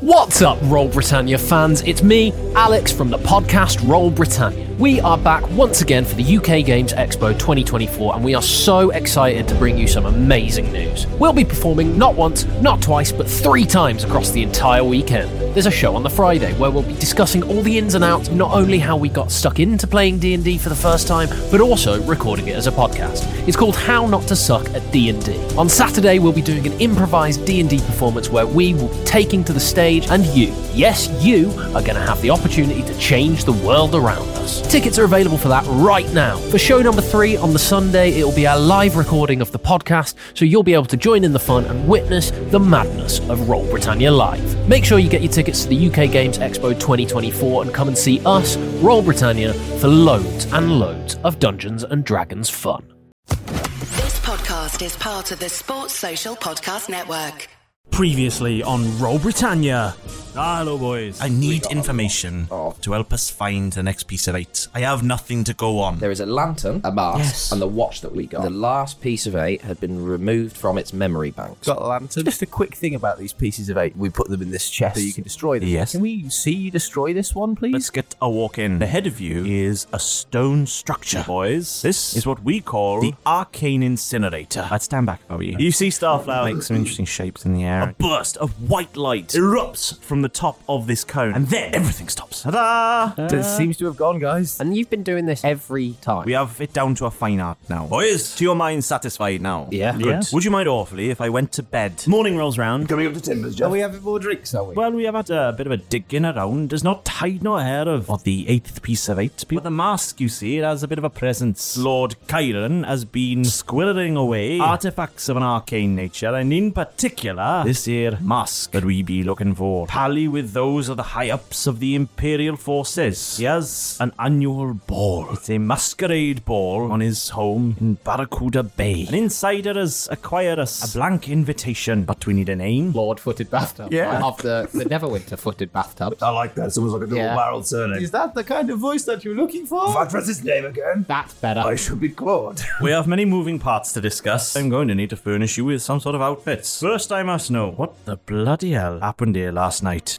What's up, Roll Britannia fans? It's me, Alex, from the podcast Roll Britannia. We are back once again for the UK Games Expo 2024, and we are so excited to bring you some amazing news. We'll be performing not once, not twice, but three times across the entire weekend. There's a show on the Friday where we'll be discussing all the ins and outs, not only how we got stuck into playing D&D for the first time, but also recording it as a podcast. It's called How Not to Suck at D&D. On Saturday, we'll be doing an improvised D&D performance where we will be taking to the stage and you, yes, you, are going to have the opportunity to change the world around us. Tickets are available for that right now. For show number three on the Sunday, it will be our live recording of the podcast, so you'll be able to join in the fun and witness the madness of Roll Britannia Live. Make sure you get your tickets to the UK Games Expo 2024 and come and see us, Roll Britannia, for loads and loads of Dungeons and Dragons fun. This podcast is part of the Sports Social Podcast Network. Previously on Roll Britannia. Hello, boys. I need information Oh. to help us find the next piece of eight. I have nothing to go on. There is a lantern, a mask, Yes. and the watch that we got. The last piece of eight had been removed from its memory banks. got a lantern. Just a quick thing about these pieces of eight. We put them in this chest so you can destroy them. Yes. Can we see you destroy this one, please? Let's get a walk in. Ahead of you is a stone structure, boys. This is what we call the Arcane Incinerator. I'd stand back if I were you. Oh, You see Starflower make some interesting shapes in the air. A burst of white light erupts from the top of this cone, and then everything stops. Ta-da! it seems to have gone, guys. And you've been doing this every time. We have it down to a fine art now. Boys, to your mind satisfied now? Yeah. Good. Would you mind awfully if I went to bed? Morning rolls round. Coming up to Timbers, Jeff. Are we having more drinks, are we? Well, we have had a bit of a digging around. There's not hide nor hair of, of the eighth piece of eight. But the mask, you see, it has a bit of a presence. Lord Chiron has been squirreling away artifacts of an arcane nature, and in particular, this here mask that we be looking for. Pally with those of the high ups of the Imperial forces. He has an annual ball. It's a masquerade ball on his home in Barracuda Bay. An insider has acquired us a blank invitation, but we need a name. broad footed bathtub. Yeah. I have the, the Neverwinter footed bathtub. I like that. Someone's like a double barreled surname. Is that the kind of voice that you're looking for? if I press his name again, That's better. I should be Claude. We have many moving parts to discuss. I'm going to need to furnish you with some sort of outfits. First, I must know what the bloody hell happened here last night.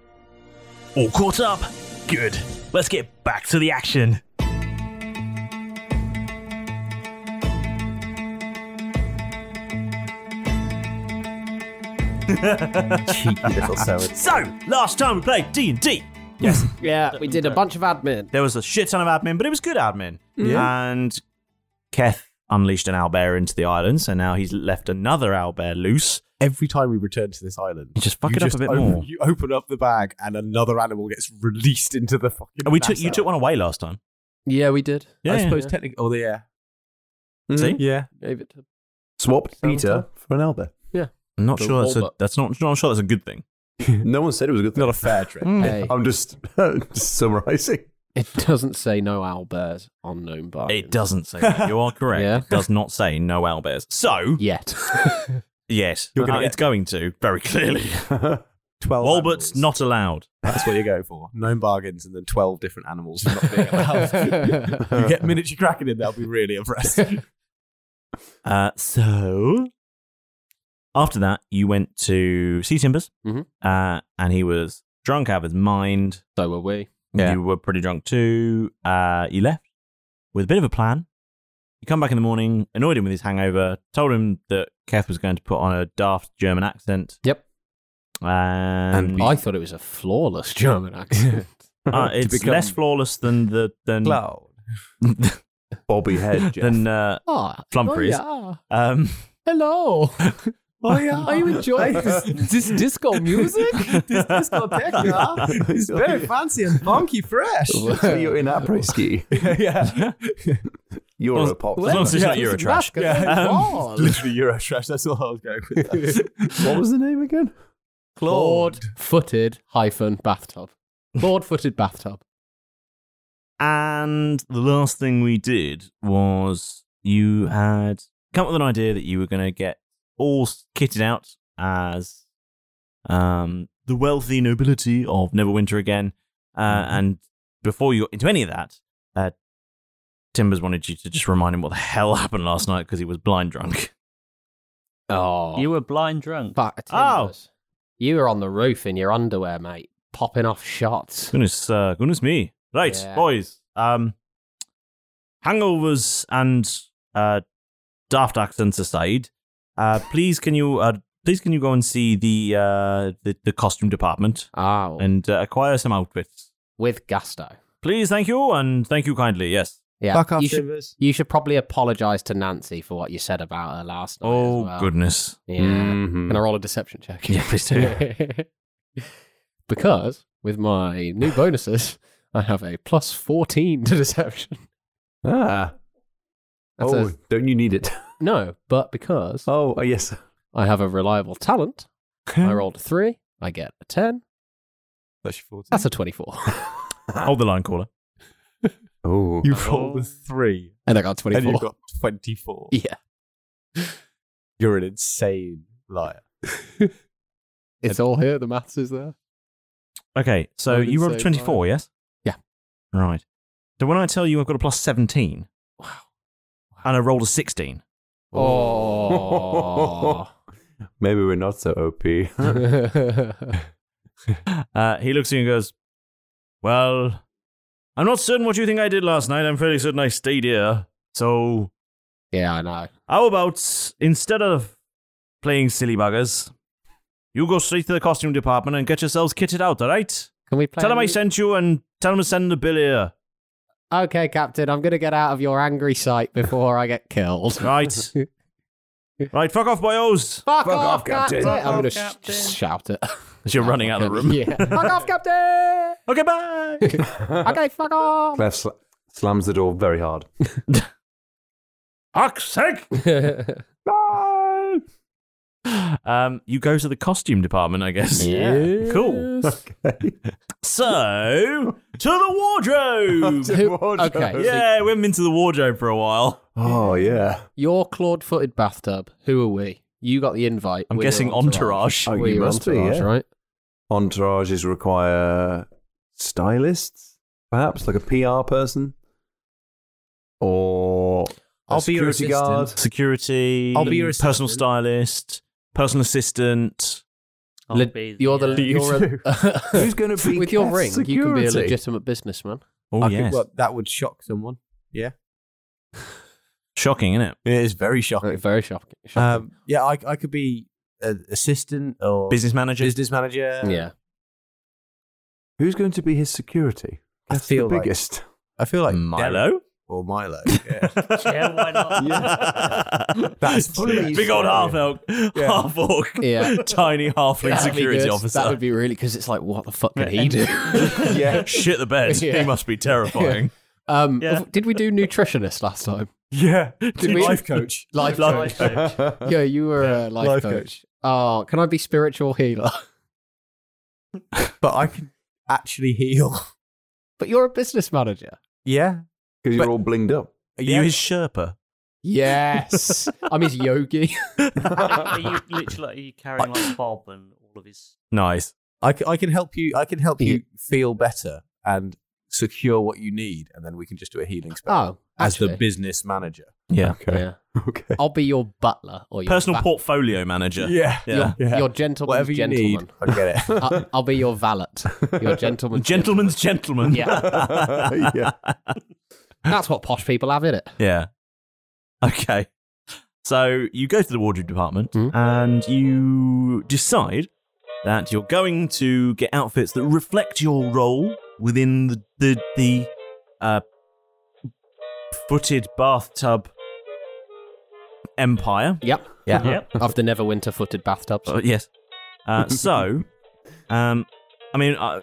All caught up. Good. Let's get back to the action. cheeky little seward. So, last time we played D&D, yeah, we did a bunch of admin. there was a shit ton of admin, but it was good admin. And Keth unleashed an owlbear into the island, so now he's left another owlbear loose. every time we return to this island, You just fuck you it up just a bit open, more. You open up the bag, and another animal gets released into the fucking. And we took, you nacelle. took one away last time. Yeah, we did. Yeah, I yeah, suppose yeah. technically. Oh, yeah. See? Yeah. Gave it to Swapped Sounds Peter for an elder. I'm not The sure that's, a, walnut. that's not, not sure that's a good thing. no one said it was a good. Not a fair trick. Mm. Hey. I'm just, just summarizing. It doesn't say no owlbears on Gnome Bar. It doesn't say that. You are correct. Yeah. It does not say no owlbears. So, Yet. yes, You're gonna uh, get- it's going to, very clearly. Twelve. Walbert's animals. not allowed. That's what you're going for. Known bargains, and then twelve different animals for not being allowed. you get miniature Kraken in, they'll be really impressed. Uh, so after that, you went to Sea Timbers, Mhm. uh, and he was drunk out of his mind. so were we. Yeah. You were pretty drunk too. Uh, you left with a bit of a plan. You come back in the morning, annoyed him with his hangover, told him that Keth was going to put on a daft German accent. Yep. And, I thought it was a flawless German accent. uh, To it's become less flawless than the than Cloud. Bobby Head. Jeff. than uh, Ah, Flumperies. Oh, yeah. um. Hello. Oh yeah. Are you enjoying this, this disco music? this discotheque, huh? It's very fancy and funky fresh. so you're in après ski. yeah. You're Well, a pop. well, it's not Um, Eurotrash. Yeah. Claude. Literally Eurotrash. That's all I was going with. what was the name again? Claude footed hyphen bathtub. Claude footed bathtub. And the last thing we did was you had come up with an idea that you were going to get all s- kitted out as um, the wealthy nobility of Neverwinter again. Uh, Mm-hmm. And before you got into any of that, uh, Timbers wanted you to just remind him what the hell happened last night because he was blind drunk. Oh. You were blind drunk. back oh. Oh. You were on the roof in your underwear, mate, popping off shots. Goodness, uh, goodness me. Right, Yeah. boys. Um, hangovers and uh, daft accents aside, uh, please can you uh, please can you go and see the uh, the, the costume department Oh, and uh, acquire some outfits. with gusto. Please, thank you, and thank you kindly. Yes. Yeah, Fuck off, you should, Shivers. you should probably apologise to Nancy for what you said about her last night. as Oh well. goodness. Yeah. Hmm. Can I roll a deception check? Yeah, please do. because with my new bonuses, I have a plus 14 to deception. Ah. That's oh, a- don't you need it? No, but because Oh, uh, yes. I have a reliable talent, I rolled a 3, I get a 10, That's your 14. that's a 24. Hold the line, caller. Oh. you rolled a three And I got and 24. you got 24. yeah. You're an insane liar. It's all here, the maths is there. Okay, so I did you rolled a say 24, yes? Yeah. Right. So when I tell you I've got a plus 17. Wow. And I rolled a 16. Oh. Maybe we're not so OP. Uh, he looks at you and goes, Well, I'm not certain what you think I did last night. I'm fairly certain I stayed here. So yeah, I know. how about instead of playing silly buggers, you go straight to the costume department and get yourselves kitted out, all right? Can we play? Tell a them I mu- sent you and tell them to send the bill here. Okay, Captain, I'm going to get out of your angry sight before I get killed. Right. right, fuck off, boyos. Fuck, off, Captain. I'm going to sh- just shout it. As you're running out of the room. yeah. fuck off, Captain! Okay, bye. Okay, fuck off! Clef sl- slams the door very hard. Fuck's sake. Um, you go to the costume department, I guess. Yeah. Cool. So, to the wardrobe. Who- okay, yeah, we haven't been to the wardrobe for a while. Oh, yeah. your clawed-footed bathtub. Who are we? You got the invite. I'm We're guessing entourage. Oh, We're you your must be, entourage, yeah. right? Entourages require stylists, perhaps, like a PR person. Or a I'll be your security assistant. guard. Security. I'll be your personal assistant. stylist. Personal assistant. Le- you're the you're a- Who's going to be with your Keth's ring. You can be a security? legitimate businessman. Oh I yes, could, well, that would shock someone. shocking, isn't it? It is very shocking. Very shocking. shocking. Um, yeah, I, I could be an assistant or Business manager. business manager. yeah. Who's going to be his security? I That's feel the like- biggest. I feel like Derek Milo. or Milo. Yeah. yeah, why not? That's Please. Big old half elk, half orc, Yeah. tiny halfling That'd be security good. officer. That would be really because it's like, what the fuck did he do? yeah. Shit the bed. Yeah. He must be terrifying. um, Yeah. Did we do nutritionist last time? Yeah. Did we- Life coach. Life coach. Uh, Yeah, you were a life, life coach. coach. Oh, can I be spiritual healer? but I can actually heal. but you're a business manager. Yeah. Because But- you're all blinged up. Are Yeah. you his Sherpa? Yes, I'm his yogi. are you literally are you carrying like Bob and all of his? Nice. I can, I can help you. I can help Yeah. you feel better and secure what you need, and then we can just do a healing spell Oh, as the actually, business manager. Yeah. Okay. Yeah. Okay. I'll be your butler or your Personal va- portfolio manager. Yeah. Yeah. Your, Yeah. your gentleman's Whatever you gentleman. need, I get it. I- I'll be your valet. Your gentleman's Gentleman's gentleman. Yeah. Yeah. That's what posh people have in it. Yeah. Okay. So you go to the wardrobe department Mhm. and you decide that you're going to get outfits that reflect your role within the the, the uh, footed bathtub empire. Yep. Mm-hmm. Yeah. Yep. Of the Neverwinter footed bathtubs. Uh, yes. Uh, so, um, I mean, I,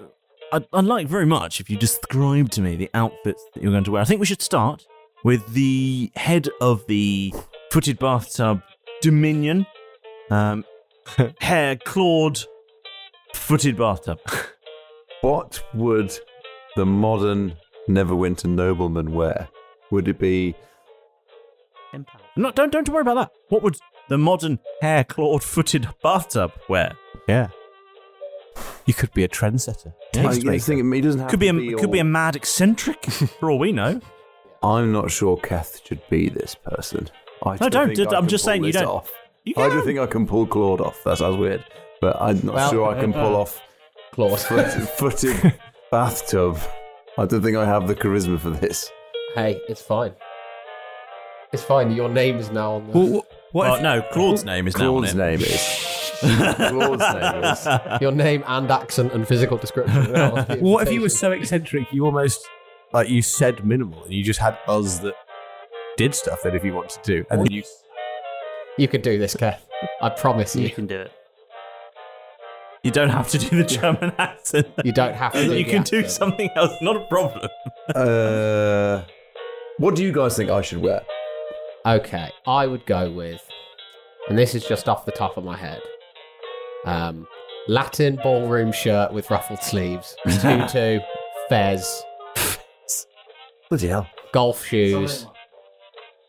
I'd, I'd like very much if you describe to me the outfits that you're going to wear. I think we should start with the head of the footed bathtub dominion, um, hair clawed footed bathtub. What would the modern Neverwinter nobleman wear? Would it be Empower. No, don't don't worry about that. What would the modern hair clawed footed bathtub wear? yeah. You could be a trendsetter. I Taste just Oh, think it doesn't have Could to be a could be a all- mad eccentric, for all we know. I'm not sure Keth should be this person. I don't, think I I'm can just pull saying you this don't- Off. You I don't can. think I can pull Claude off. That sounds weird. but I'm not Well- sure I can uh, pull off Claws. foot, footed bathtub. I don't think I have the charisma for this. Hey, it's fine. It's fine. Your name is now on the. Well, no, Claude's name is Claude's now on it. name is. Claude's name is. Your name and accent and physical description. What if you were so eccentric you almost like you said minimal and you just had us that did stuff that if you wanted to, and then you You could do this, Kev. I promise You you. can do it. You don't have to do the German accent. You don't have to. You the can do accent. something else, not a problem. Uh, what do you guys think I should wear? Okay, I would go with, and this is just off the top of my head, um, Latin ballroom shirt with ruffled sleeves, tutu, fez, Bloody hell. golf shoes.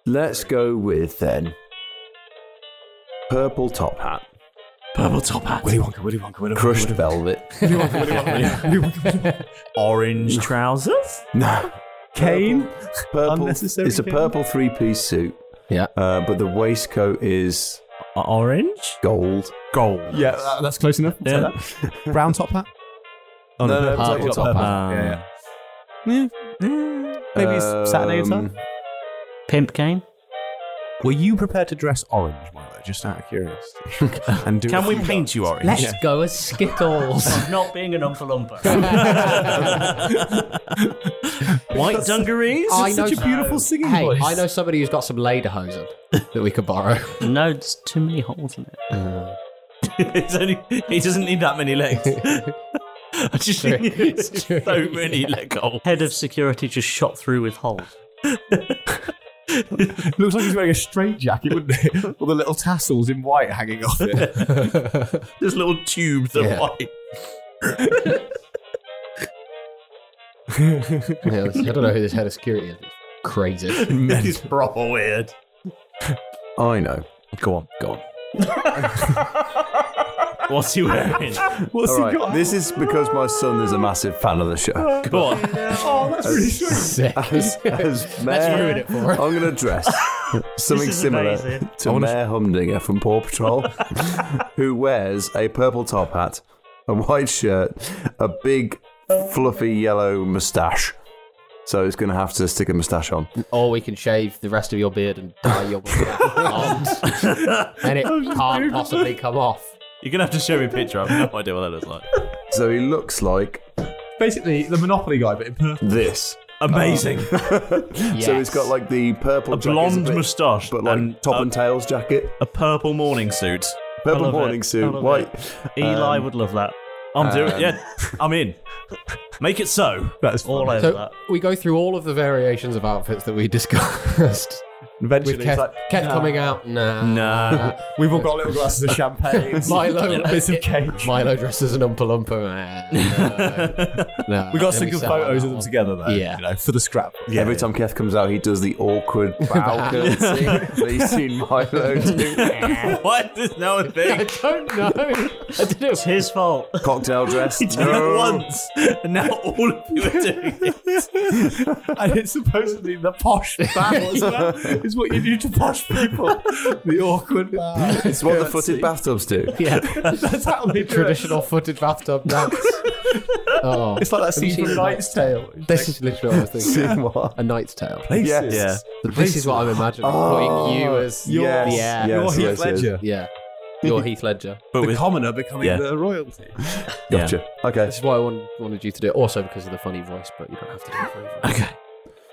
Let's go with then purple top hat, Purple top hat. crushed velvet. Orange trousers. No. Cane? Purple. Unnecessary It's a cane? purple three-piece suit, Yeah, uh, but the waistcoat is Orange. gold. Gold. yeah, that- that's close enough. Is Yeah. that that? Brown top hat. Oh, No, no, purple purple top top hat. Um, yeah, yeah. Maybe it's Saturday Um, time. Pimp cane. Were you prepared to dress orange, Milo? Just out of curiosity. and do Can a we few paint you orange? let's go as Skittles. I'm not being an umpa lumper. White dungarees. I Such a beautiful singing Hey, voice. I know somebody who's got some lederhosen that we could borrow. no, there's too many holes in it. It's only, he doesn't need that many legs. I just need It's true. so many leg holes. Head of security just shot through with holes. Looks like he's wearing a straight jacket, wouldn't it? All the little tassels in white hanging off it. There's little tubes of Yeah. white. Yeah, this- I don't know who this head of security is. It's crazy. This is proper weird. I know. Go on, go on. What's he wearing? What's All he right. got? This is because my son is a massive fan of the show. Go on. oh, that's really sweet. Sick. As, as Let's ruin Mayor, it for him. I'm going to dress something is similar amazing. to Mayor Humdinger from Paw Patrol, who wears a purple top hat, a white shirt, a big fluffy yellow moustache. So it's going to have to stick a moustache on. Or we can shave the rest of your beard and dye your beard blonde. and it can't possibly come off. You're gonna have to show me a picture. I have no idea what that looks like. So he looks like Basically, the Monopoly guy, but in purple. this. Amazing. So he's got like the purple a jacket, blonde bit- moustache, but like and a, top and tails jacket, a purple morning suit. purple love it. morning uh, I suit, love white. Um, Eli would love that. I'm doing. Yeah, I'm in. Make it so. That's All over So that. we go through all of the variations of outfits that we discussed. Eventually, With Kev, it's like, Kev nah. coming out, nah. Nah. We've all got little glasses of champagne, Milo, bits of cake. Milo dresses an Oompa Loompa. Nah, nah. we got Let me single sell that photos of them one. together, though. Yeah. You know, for the scrap. Every time Keith comes out, he does the awkward bow curtsy that you've seen Milo do. what? There's no one I thing. don't know. I did It's his fault. Cocktail dress. Did it once, and now all of you are doing it. And it's supposedly the posh bow as well. It's what you do to posh people. The awkward bow. It's what the footed bathtubs do. Yeah, That's how they do it. traditional footed bathtub dance. Oh, It's like that you scene seen from The Knight's Tale. this is literally what I was thinking. What? A Knight's Tale. Yes. Yeah. This is what I'm imagining. Oh. putting you as yes. yeah, Or yes, Heath yes, yes. Ledger. yeah. You're Heath Ledger. But The with commoner becoming Yeah. the royalty. Gotcha. Okay. This is why I wanted, wanted you to do it. Also because of the funny voice, but you don't have to do the funny voice. okay.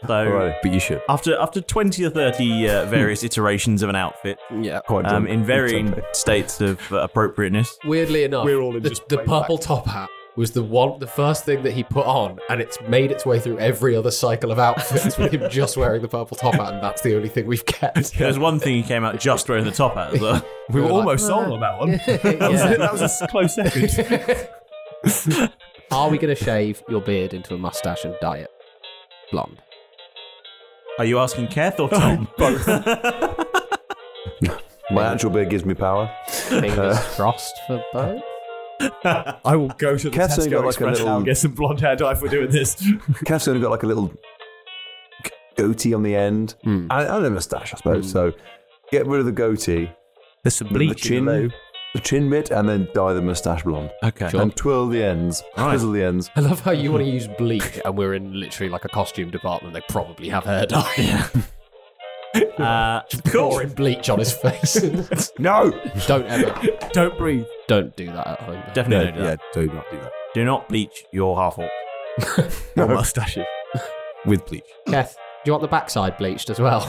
So Alright. But you should. after after twenty or thirty uh, various iterations of an outfit, Yeah. Quite um, drunk. in varying states of uh, appropriateness, Weirdly enough, We're all in the, just the plain purple top hat was the one, the first thing that he put on, and it's made its way through every other cycle of outfits with him just wearing the purple top hat, and that's the only thing we've kept. there's one thing he came out just wearing the top hat as well. We were We're like, almost sold on that one. That was, Yeah. that was a s- close second. Are we going to shave your beard into a mustache and dye it blonde? Are you asking Keth or Tom? My actual beard gives me power. Fingers crossed for both. I will go to the Cat's Tesco only got like a Express now little- and get some blonde hair dye if we're doing this. Kev's only got like a little g- goatee on the end and, and a moustache, I suppose. So get rid of the goatee. There's some bleach in the chin. the chin bit and then dye the mustache blonde. Okay. Sure. And twirl the ends, twizzle the ends. I love how you want to use bleach and we're in literally like a costume department. They probably have hair dye. Uh, pouring bleach on his face. no! Don't ever. Don't breathe. Don't do that at home. Definitely No, don't do that. do not do that. Do not bleach your half orc. No mustaches. With bleach. Keth, do you want the backside bleached as well?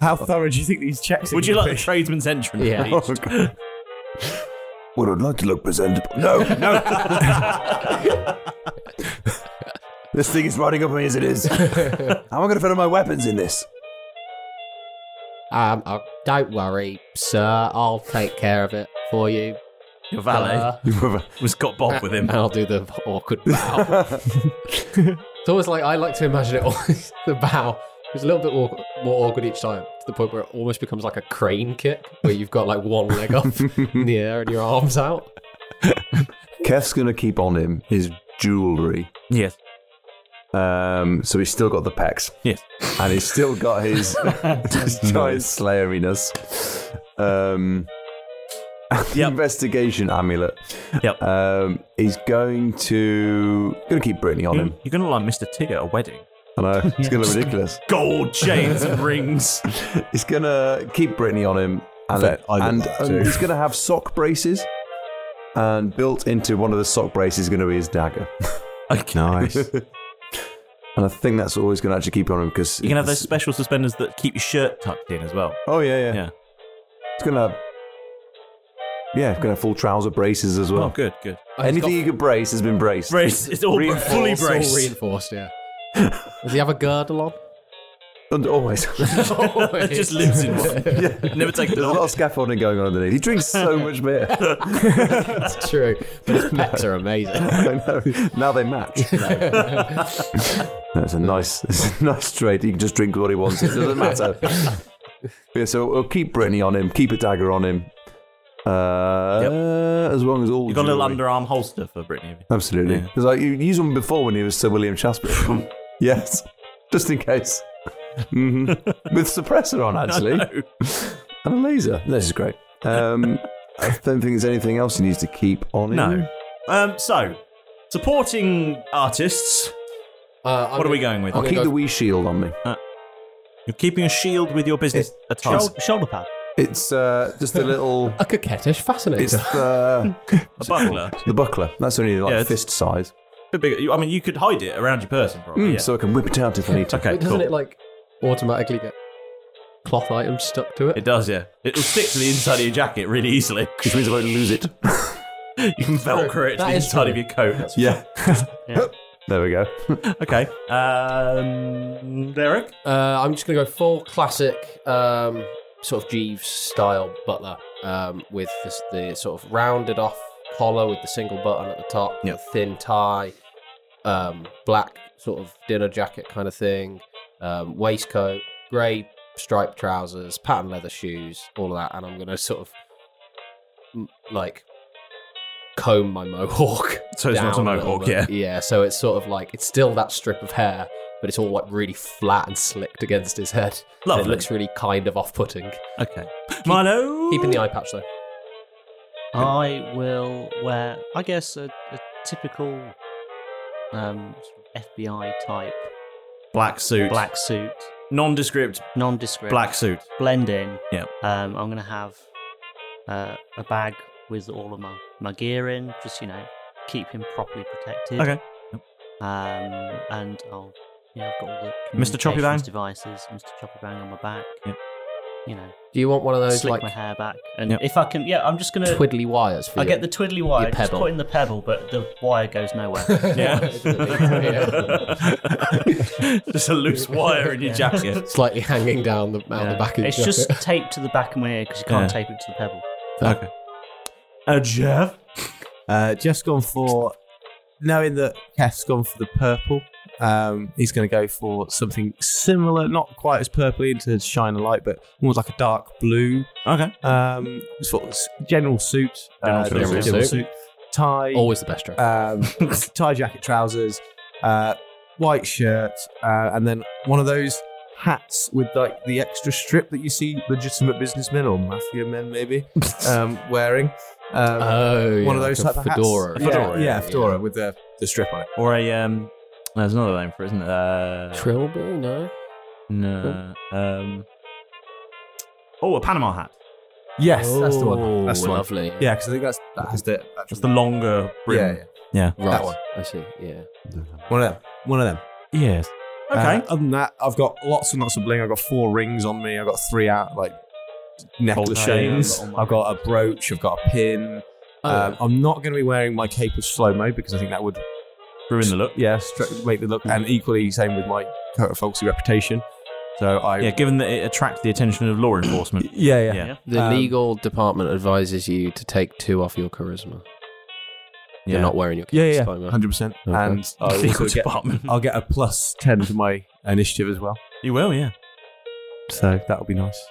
How thorough do you think these checks Would you like the tradesman's entrance? Yeah. bleached? Well, I'd like to look presentable. No, no. this thing is running up on me as it is. How am I going to fit all my weapons in this? um, oh, don't worry, sir. I'll take care of it for you. Your valet Uh, sir. was got Bob with him. And I'll do the awkward bow. it's always like I like to imagine it always the bow. It's a little bit more, more awkward each time to the point where it almost becomes like a crane kick where you've got like one leg up in the air and your arms out. Kef's going to keep on him his jewelry. Yes. Um, so he's still got the pecs. Yes. And he's still got his, his giant slayeriness. Um, Yep. Investigation amulet. Yep. Um, he's going to going to keep Brittany on Um, You're him. going to look like Mr. Tig at a wedding. I know it's going to look ridiculous. Gold chains and rings. He's gonna keep Brittany on him, and, Fair, I got and, that and too. he's gonna have sock braces. And built into one of the sock braces is gonna be his dagger, Nice. and I think that's always gonna actually keep on him because You can have those special suspenders that keep your shirt tucked in as well. Oh yeah, yeah, Yeah. It's gonna have. Yeah, it's gonna have full trouser braces as well. Oh, good, good. Anything you could brace has been braced. Brace. It's all Reinforced. fully It's all braced. reinforced, yeah. Does he have a girdle on? And always. There's Always. Just lives in one. Never take it a lot off. of scaffolding going on underneath. He drinks so much beer. It's true. But his pets are amazing. I know. Now they match. That's a nice, it's a nice trade. He can just drink what he wants. It doesn't matter. yeah, so we'll keep Brittany on him. Keep a dagger on him. Uh, As long as all You've got a little jewelry- underarm holster for Brittany. Absolutely. Yeah. Because like, you used one before when he was Sir William Shasbury. yes, just in case. hmm With suppressor on, actually, and a laser. This is great. Um, I don't think there's anything else he needs to keep on him. No. Um, so, supporting artists. Uh, What are we going with? I'll gonna keep go- the wee shield on me. You're keeping a shield with your business attire. Shoulder, shoulder pad. It's uh, just a little. A coquettish It's fascinator. the A buckler. the buckler. That's only like Yeah, it's- fist size, Bit bigger. You- I mean, you could hide it around your person, probably. yeah. Hmm, Mm, so I can whip it out if I need to. okay, Doesn't cool. it like automatically get cloth items stuck to it? It does, yeah. It'll stick to the inside of your jacket really easily. Which means I won't lose it. You can velcro it to That the is inside true. of your coat. yeah. Yeah. there we go. Okay. Um, Derek? Uh, I'm just going to go full classic, um, sort of Jeeves style butler um, with this, the sort of rounded off collar with the single button at the top, Yep. thin tie, um, black sort of dinner jacket kind of thing, um, waistcoat, grey striped trousers, patterned leather shoes, all of that. And I'm going to sort of mm, like comb my mohawk. So it's not down a little mohawk, bit. yeah. Yeah, so it's sort of like, it's still that strip of hair but it's all like really flat and slicked against his head. And Lovely. It looks really kind of off-putting. Okay. Milo? Keeping the eye patch though. I will wear, I guess, a, a typical um, sort of FBI type Black suit. black suit, Nondescript nondescript, black suit. blend in. Yep. Um, I'm gonna have uh, a bag with all of my, my gear in, just you know, keep him properly protected. Okay. Um, and I'll, you know, I've got all the Mr. Choppy Bang? communications devices, Mr. Choppy Bang on my back. Yep. You know, Do you want one of those slick like my hair back, and Yep. if I can, yeah, I'm just gonna. twiddly wires for I you? get the twiddly wire. Just pebble. put in the pebble, but the wire goes nowhere. Yeah. Just a loose wire in your jacket. Slightly hanging down the, out the Yeah. back of it's your just jacket. taped to the back of my ear because you can't tape it to the pebble. Okay. Uh, Jeff? Uh, Jeff's gone for knowing that Kef's gone for the purple. Um, he's going to go for something similar, not quite as purpley to shine a light, but almost like a dark blue. Okay. Um, sort of s- general suit, General uh, suit. general General suit, tie, Always the best dress. um, tie jacket, trousers, uh, white shirt, uh, and then uh, one of those hats with like the extra strip that you see legitimate businessmen or mafia men maybe um, wearing. Um, Oh, one yeah, of those like a type of hats. fedora. Yeah, Fedora, yeah, yeah. fedora with the, the strip on it. Or a um, there's another name for it, isn't it? Uh, Trilby, no. No. Um. Oh, a Panama hat. Yes, that's the one. Oh, That's the one. lovely. Yeah, because I think that's that has the It's the longer brim. Yeah, yeah. Right. That one. I see. Yeah. one of them. One of them. Yes. Uh, Okay. other than that, I've got lots and lots of bling. I've got four rings on me. I've got three out like necklace Oh, yeah, chains. I've got all my- I've got a brooch. I've got a pin. Oh. Um, I'm not going to be wearing my cape of slow mo because I think that would Ruin the look. yeah stra- make the look. And equally, same with my coat of folksy reputation. So I Yeah, given that it attracts the attention of law enforcement. yeah yeah. Yeah. The Um, legal department advises you to take two off your charisma. You're Yeah. not wearing your Yeah, cape yeah, disclaimer. hundred percent. Okay. And I'll, also Legal Oh, get, department. I'll get a plus ten to my initiative as well. You will, yeah. So that'll be nice.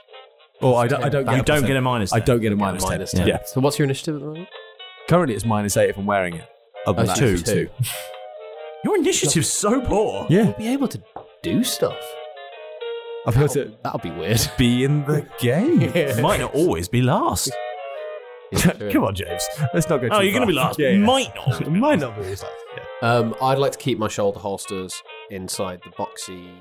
Or Oh, I don't, I don't get. You a don't plus get a minus. I there. don't get a minus, minus 10. 10. Yeah. So what's your initiative at the moment? Currently, it's minus eight if I'm wearing it. Other than Oh, that, so it's two. Your initiative's so poor. Yeah. Be able to do stuff. I've got to That'll be weird. be in the game. Might not always be last. Come on, James. Let's not go. Oh, too you're going to far. be last. Yeah, yeah. Might not. It might not be. It's like, yeah. Um, I'd like to keep my shoulder holsters inside the boxy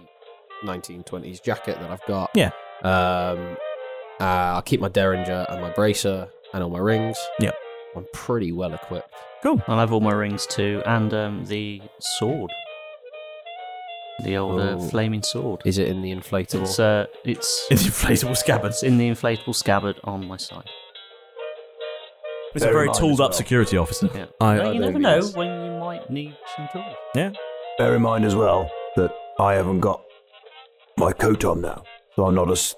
1920s jacket that I've got. Yeah. Um, uh, I'll keep my derringer and my bracer and all my rings. Yep. I'm pretty well equipped. Cool. I'll have all my rings too, and um, the sword, the old uh, Ooh. flaming sword. Is it in the inflatable? It's uh, it's It's inflatable it's scabbards. in the inflatable scabbard on my side. It's a very tooled up security officer. Yeah. I- Well, I don't you never think know it's- when you might need some tools. Bear in mind as well that I haven't got my coat on now, so I'm not as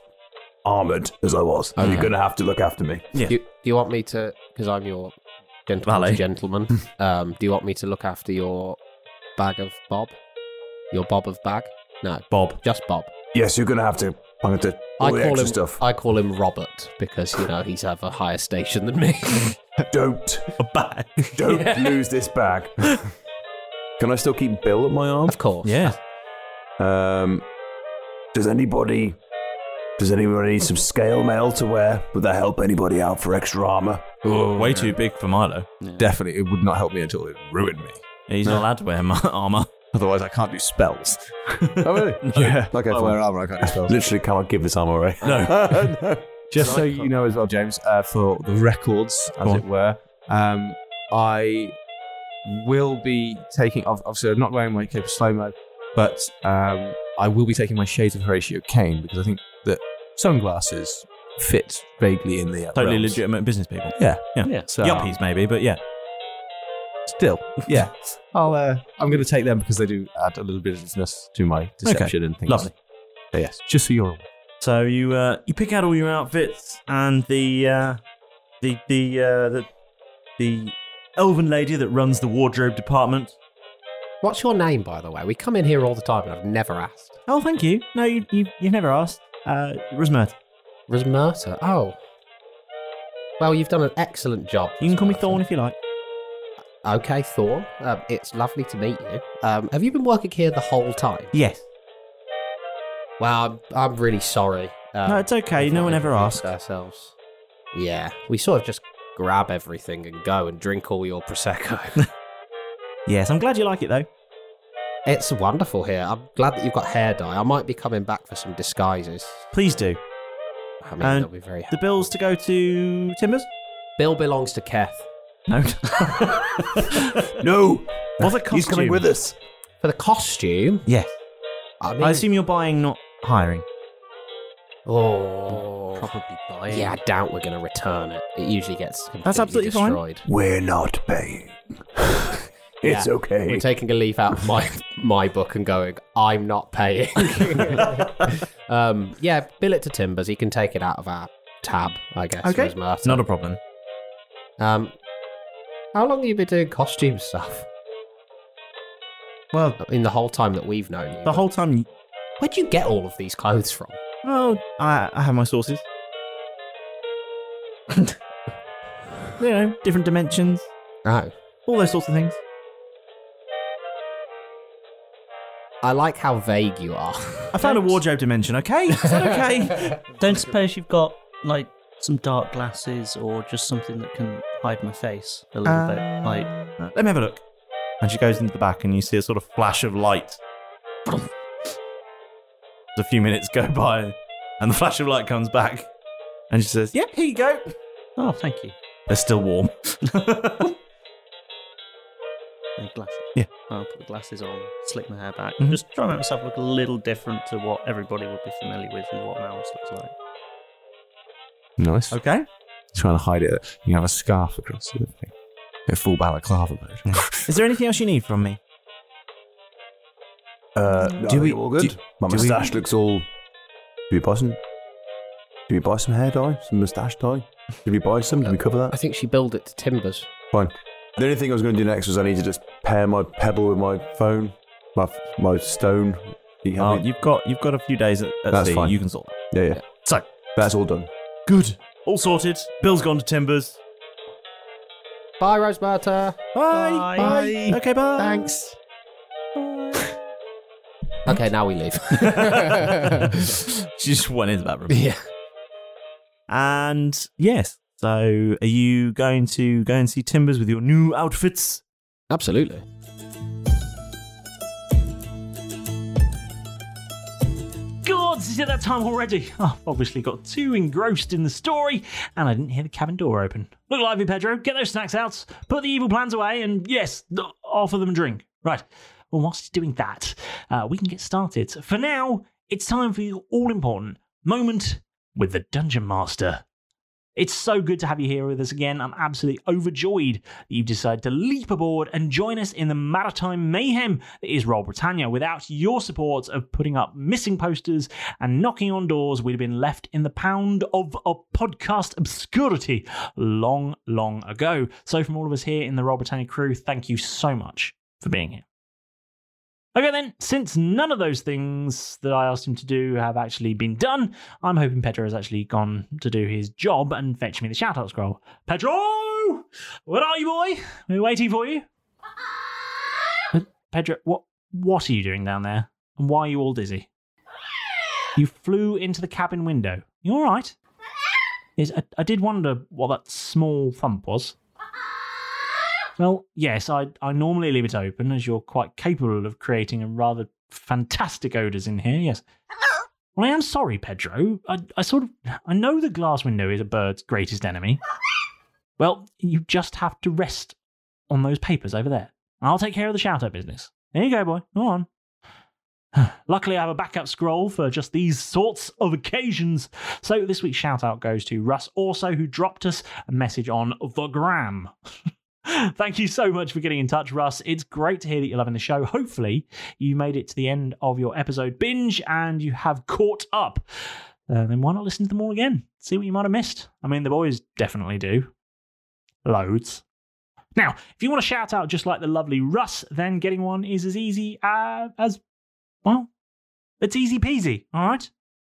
armored as I was. Okay. You're going to have to look after me. Yeah. Do, you, do you want me to? Because I'm your gentleman. Valet. Gentleman. um, do you want me to look after your bag of bob? Your bob of bag? No, Bob. just bob. Yes, you're going to have to. I'm going to all I the call extra him. stuff. I call him Robert because you know he's have a higher station than me. Don't, A bag. don't lose this bag. Can I still keep Bill at my arm? of course. Yeah. Um, does anybody? Does anyone need some scale mail to wear? Would that help anybody out for extra armor? Way too big for Milo. Definitely, it would not help me until it ruined me. He's not allowed to wear ma- armor. Otherwise, I can't do spells. Oh, really? Yeah. Okay, I fine. wear armor. I can't do spells. Literally cannot give this armor away. Just so you know as well, James, uh, for the records, as Go on. it were, um, I will be taking, ob- obviously, I'm not wearing my cape of slow mo, but um, I will be taking my shades of Horatio Kane because I think that sunglasses fit vaguely in the. uh, Totally realms. legitimate business people. Yeah. Yeah. Yeah. So, Yuppies, maybe, but yeah. Still, yeah. I'll, uh, I'm going to take them because they do add a little bit of ness to my deception and things. Lovely. So, yes, just so you're aware. So you uh, you pick out all your outfits and the uh, the the, uh, the the elven lady that runs the wardrobe department. What's your name, by the way? We come in here all the time, and I've never asked. Oh, thank you. No, you you you've never asked. Uh, Rosemert. Rosmerta. Oh. Well, you've done an excellent job. You can call me Rosmerta. Thorn if you like. Okay, Thorn. Um, it's lovely to meet you. Um, have you been working here the whole time? Yes. Well, I'm, I'm really sorry. Um, No, it's okay. we've No not one ever asked. introduced Ourselves. Yeah, we sort of just grab everything and go and drink all your prosecco. Yes, I'm glad you like it though. it's wonderful here. I'm glad that you've got hair dye. I might be coming back for some disguises. Please do. I mean, And they'll be very The happy. bills to go to Timbers. Bill belongs to Keth. No. no, What's a costume? he's coming with us. For the costume, Yes. I mean, I assume you're buying, not hiring. Oh, Probably buying. yeah. I doubt we're going to return it. It usually gets completely absolutely fine. destroyed. We're not paying. it's Yeah. okay. We're taking a leaf out of my my book and going. I'm not paying. um, yeah, bill it to Timbers. He can take it out of our tab, I guess. Okay. Miss Martin. Not a problem. um, how long have you been doing costume stuff? Well, In the whole time that we've known you, the whole time. where'd you get all of these clothes from? Oh, I, I have my sources. you know, different dimensions, Oh, all those sorts of things. I like how vague you are. I found a wardrobe dimension, okay? Is that okay? Don't suppose you've got like some dark glasses or just something that can hide my face a little bit. Ah. Like Let me have a look. And she goes into the back, and you see a sort of flash of light. a few minutes go by, and the flash of light comes back, and she says, "Yeah, here you go." Oh, thank you. They're still warm. No glasses. Yeah. I'll put the glasses on, slick my hair back, Mhm. just try and make myself look a little different to what everybody would be familiar with and what Mouse looks like. Nice. Okay. Trying to hide it. You have a scarf across the thing. A full balaclava mode. Is there anything else you need from me? No, Uh, do I we think we're all all good? good. My do we- moustache looks all. Do we buy some? Do we buy some hair dye? Some moustache dye? Did we buy some? Did we cover that? I think she billed it to Timbers. Fine. The only thing I was going to do next was I need to just pair my pebble with my phone, my my stone. You Oh, have me- you've got you've got a few days at, at That's sea. fine. You can sort that. Yeah, yeah. So that's all done. Good. All sorted. Bill's gone to Timbers. Bye, Rose Barter. Bye. Bye. Okay, bye. Thanks. Okay, now we leave. she just went into that room. Yeah. And yes, so are you going to go and see Timbers with your new outfits? Absolutely. God, is it that time already? Oh, obviously got too engrossed in the story, and I didn't hear the cabin door open. Look lively, Pedro. Get those snacks out, put the evil plans away, and yes, th- offer them a drink. Right. Well, whilst he's doing that, uh, we can get started. For now, it's time for your all important moment with the Dungeon Master. It's so good to have you here with us again. I'm absolutely overjoyed that you've decided to leap aboard and join us in the maritime mayhem that is Royal Britannia. Without your support of putting up missing posters and knocking on doors, we'd have been left in the pound of a podcast obscurity long, long ago. So, from all of us here in the Royal Britannia crew, thank you so much for being here. Okay, then, since none of those things that I asked him to do have actually been done, I'm hoping Pedro has actually gone to do his job and fetch me the shout out scroll. Pedro! Where are you, boy? We're waiting for you. But Pedro, what, what are you doing down there? And why are you all dizzy? You flew into the cabin window. You all right? Yes, I, I did wonder what that small thump was. Well, yes, I, I normally leave it open as you're quite capable of creating a rather fantastic odours in here, yes. Well, I am sorry, Pedro. I, I sort of. I know the glass window is a bird's greatest enemy. Well, you just have to rest on those papers over there. I'll take care of the shout out business. There you go, boy. Go on. Luckily, I have a backup scroll for just these sorts of occasions. So this week's shout out goes to Russ also, who dropped us a message on the gram. Thank you so much for getting in touch, Russ. It's great to hear that you're loving the show. Hopefully, you made it to the end of your episode binge and you have caught up. Uh, then why not listen to them all again? See what you might have missed. I mean, the boys definitely do. Loads. Now, if you want to shout out just like the lovely Russ, then getting one is as easy uh, as, well, it's easy peasy, all right?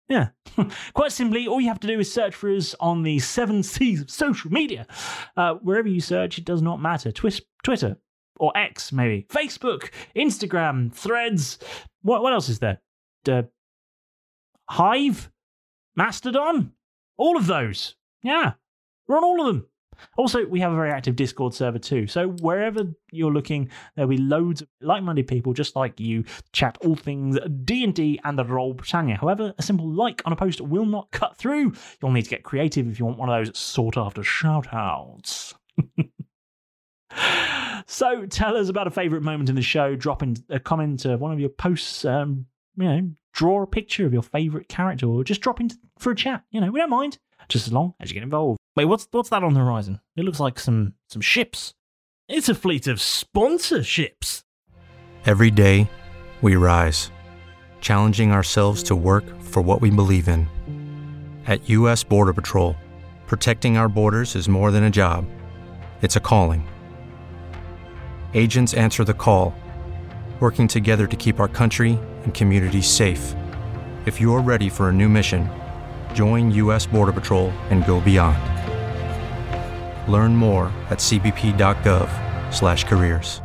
Yeah. Quite simply, all you have to do is search for us on the seven C's of social media. Uh, wherever you search, it does not matter. Twis- Twitter or X, maybe. Facebook, Instagram, Threads. What, what else is there? Uh, Hive, Mastodon, all of those. Yeah. We're on all of them. Also, we have a very active Discord server too. So wherever you're looking, there'll be loads of like-minded people just like you chat all things D&D and the Roll Britannia. However, a simple like on a post will not cut through. You'll need to get creative if you want one of those sought-after shout-outs. So tell us about a favourite moment in the show. Drop in a comment to one of your posts. Um, you know, draw a picture of your favourite character, or just drop in for a chat. You know, we don't mind, just as long as you get involved. Wait, what's what's that on the horizon? It looks like some some ships. It's a fleet of sponsorships. Every day, we rise, challenging ourselves to work for what we believe in. At U.S. Border Patrol, protecting our borders is more than a job, it's a calling. Agents answer the call, working together to keep our country and communities safe. If you are ready for a new mission, join U.S. Border Patrol and go beyond. Learn more at cbp.gov/careers.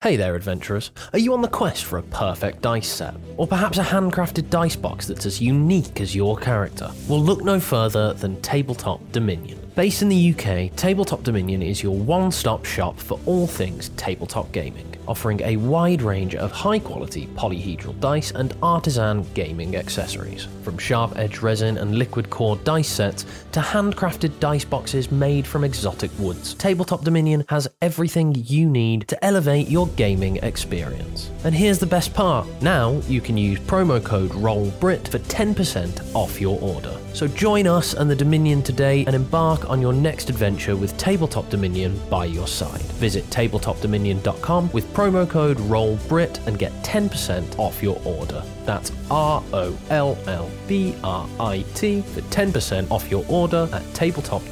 Hey there, adventurers. Are you on the quest for a perfect dice set? Or perhaps a handcrafted dice box that's as unique as your character? Well, look no further than Tabletop Dominion. Based in the UK, Tabletop Dominion is your one stop shop for all things tabletop gaming, offering a wide range of high quality polyhedral dice and artisan gaming accessories. From sharp edge resin and liquid core dice sets to handcrafted dice boxes made from exotic woods, Tabletop Dominion has everything you need to elevate your gaming experience. And here's the best part now you can use promo code ROLLBRIT for 10% off your order. So join us and the Dominion today and embark on your next adventure with Tabletop Dominion by your side. Visit tabletopdominion.com with promo code ROLLBRIT and get 10% off your order. That's R O L L B R I T for 10% off your order at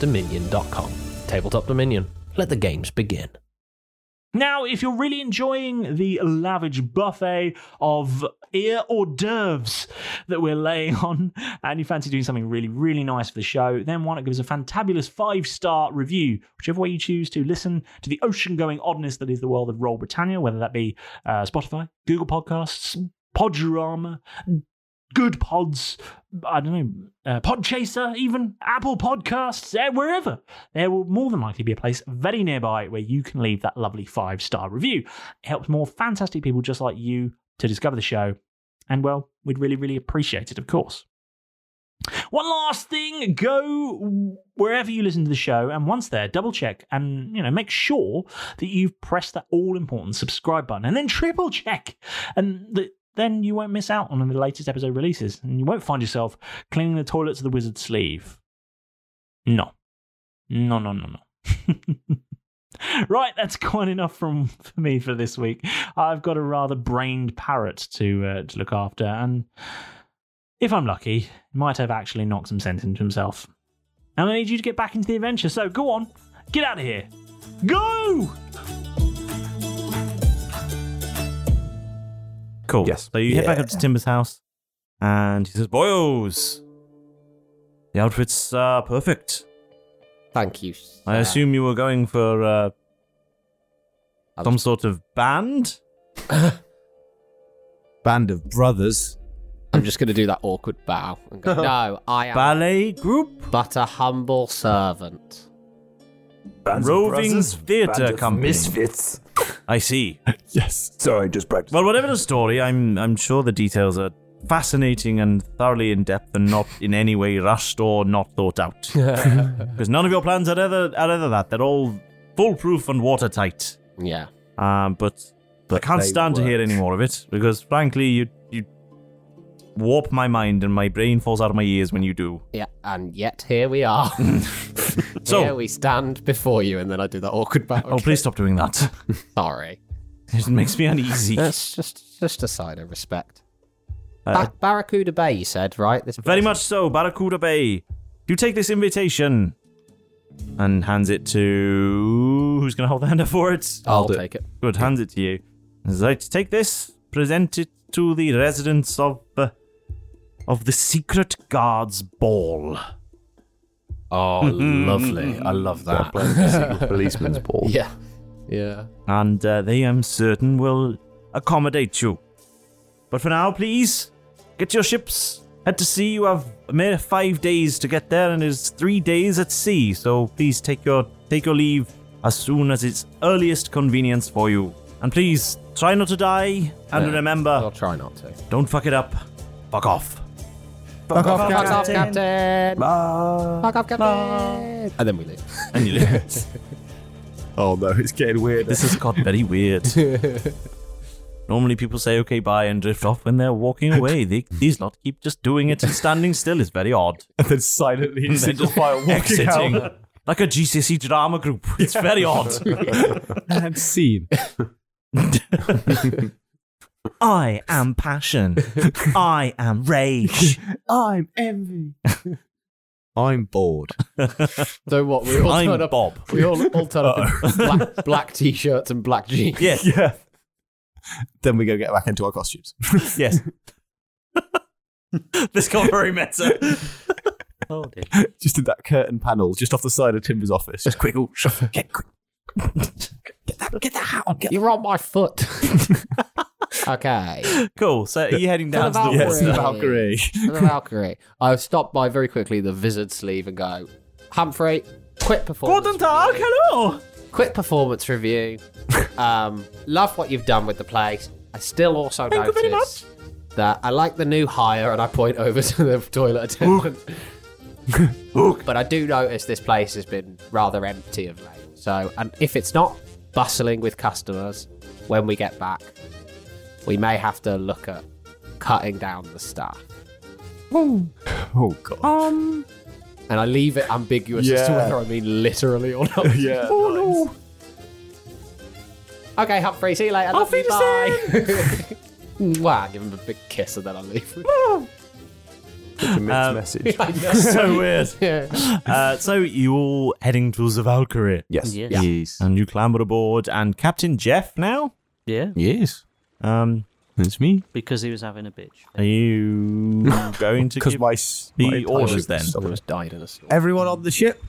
tabletopdominion.com. Tabletop Dominion, let the games begin. Now, if you're really enjoying the lavish buffet of ear hors d'oeuvres that we're laying on, and you fancy doing something really, really nice for the show, then why not give us a fantabulous five star review? Whichever way you choose to listen to the ocean going oddness that is the world of Roll Britannia, whether that be uh, Spotify, Google Podcasts, Podurama, Good Pods, I don't know, uh, Podchaser, even Apple Podcasts, eh, wherever. There will more than likely be a place very nearby where you can leave that lovely five star review. It helps more fantastic people just like you to discover the show. And well, we'd really, really appreciate it, of course. One last thing, go wherever you listen to the show, and once there, double check and you know make sure that you've pressed that all important subscribe button, and then triple check, and that then you won't miss out on the latest episode releases, and you won't find yourself cleaning the toilets of the wizard's sleeve. No, no, no, no, no. Right, that's quite enough from for me for this week. I've got a rather brained parrot to uh, to look after, and if I'm lucky, might have actually knocked some sense into himself. And I need you to get back into the adventure. So go on, get out of here, go! Cool. Yes. So you head back up to Timber's house, and he says, "Boyos, the outfits are perfect. Thank you. I assume you were going for uh, some sort of band." Band of brothers. I'm just going to do that awkward bow and go, no, I am. Ballet group? But a humble servant. Bands of Roving brothers, theatre band of company. misfits. I see. yes. Sorry, just practice. Well, whatever the story, I'm I'm sure the details are fascinating and thoroughly in depth and not in any way rushed or not thought out. Because none of your plans are ever are ever that. They're all foolproof and watertight. Yeah. Um, but, I can't they stand to hear work. any more of it because frankly, you you warp my mind and my brain falls out of my ears when you do. Yeah, and yet here we are. So- here we stand before you, and then I do that awkward bow. Oh, please stop doing that. Sorry. It makes me uneasy. That's just just a sign of respect. Uh, Ba- Barracuda Bay, you said, right? This Very much so, Barracuda Bay. You take this invitation and hands it to. Who's going to hold the hand up for it? I'll I'll do it. take it. Good, hands it to you. Right, take this, present it to the residents of the, of the Secret Guards Ball. Oh, Mm-hmm. lovely. I love that. Secret Policeman's Ball. Yeah. Yeah. And uh, they, I'm certain, will accommodate you. But for now, please, get your ships. Head to sea. You have a mere five days to get there, and it's three days at sea. So please take your take your leave as soon as it's earliest convenience for you. And please try not to die. And Yeah, remember, I'll try not to. Don't fuck it up. Fuck off. Fuck off, Captain. Fuck off, Captain. Fuck off, Captain. And then we leave. And you leave. oh no, it's getting weird. This has got very weird. Normally people say okay bye and drift off when they're walking away. They, these lot keep just doing it and standing still is very odd. And then silently in single file walking out. Like a GCSE drama group. It's very odd. and scene. I am passion. I am rage. I'm envy. I'm bored. so what? We all I'm turn up. Bob. We all, all turn up in black, black t-shirts and black jeans. Yeah. yeah. Then we go get back into our costumes. yes. this got very meta. Just in that curtain panel, just off the side of Timber's office. Just quick, oh, shuff, get quick. Get that Get that hat on. You're on my foot. okay. Cool. So are you heading To down to the Valkyrie. Valkyrie? To the Valkyrie. I stop by very quickly the wizard sleeve and go, Humphrey, quick performance. Guten Tag, hello. Quick performance review. Um, love what you've done with the place. I still also Thank you notice very that I like the new hire, and I point over to the toilet attendant. but I do notice this place has been rather empty of late. So, and if it's not bustling with customers when we get back, we may have to look at cutting down the staff. Oh god. Um. And I leave it ambiguous as to Yeah. whether I mean literally or not. Yeah. Oh no. Okay, Humphrey. See you later. Love you, bye. wow, I give him a big kiss and then I leave. Such a mixed Um, message. I know. so weird. Yeah. Uh, so you all heading towards the Valkyrie? Yes. Yes. Yeah. And you clamber aboard, and Captain Jeff now. Yeah. Yes. Um, it's me. Because he was having a bitch. Are you going to 'Cause give my the orders then? died in a storm. Everyone on the ship.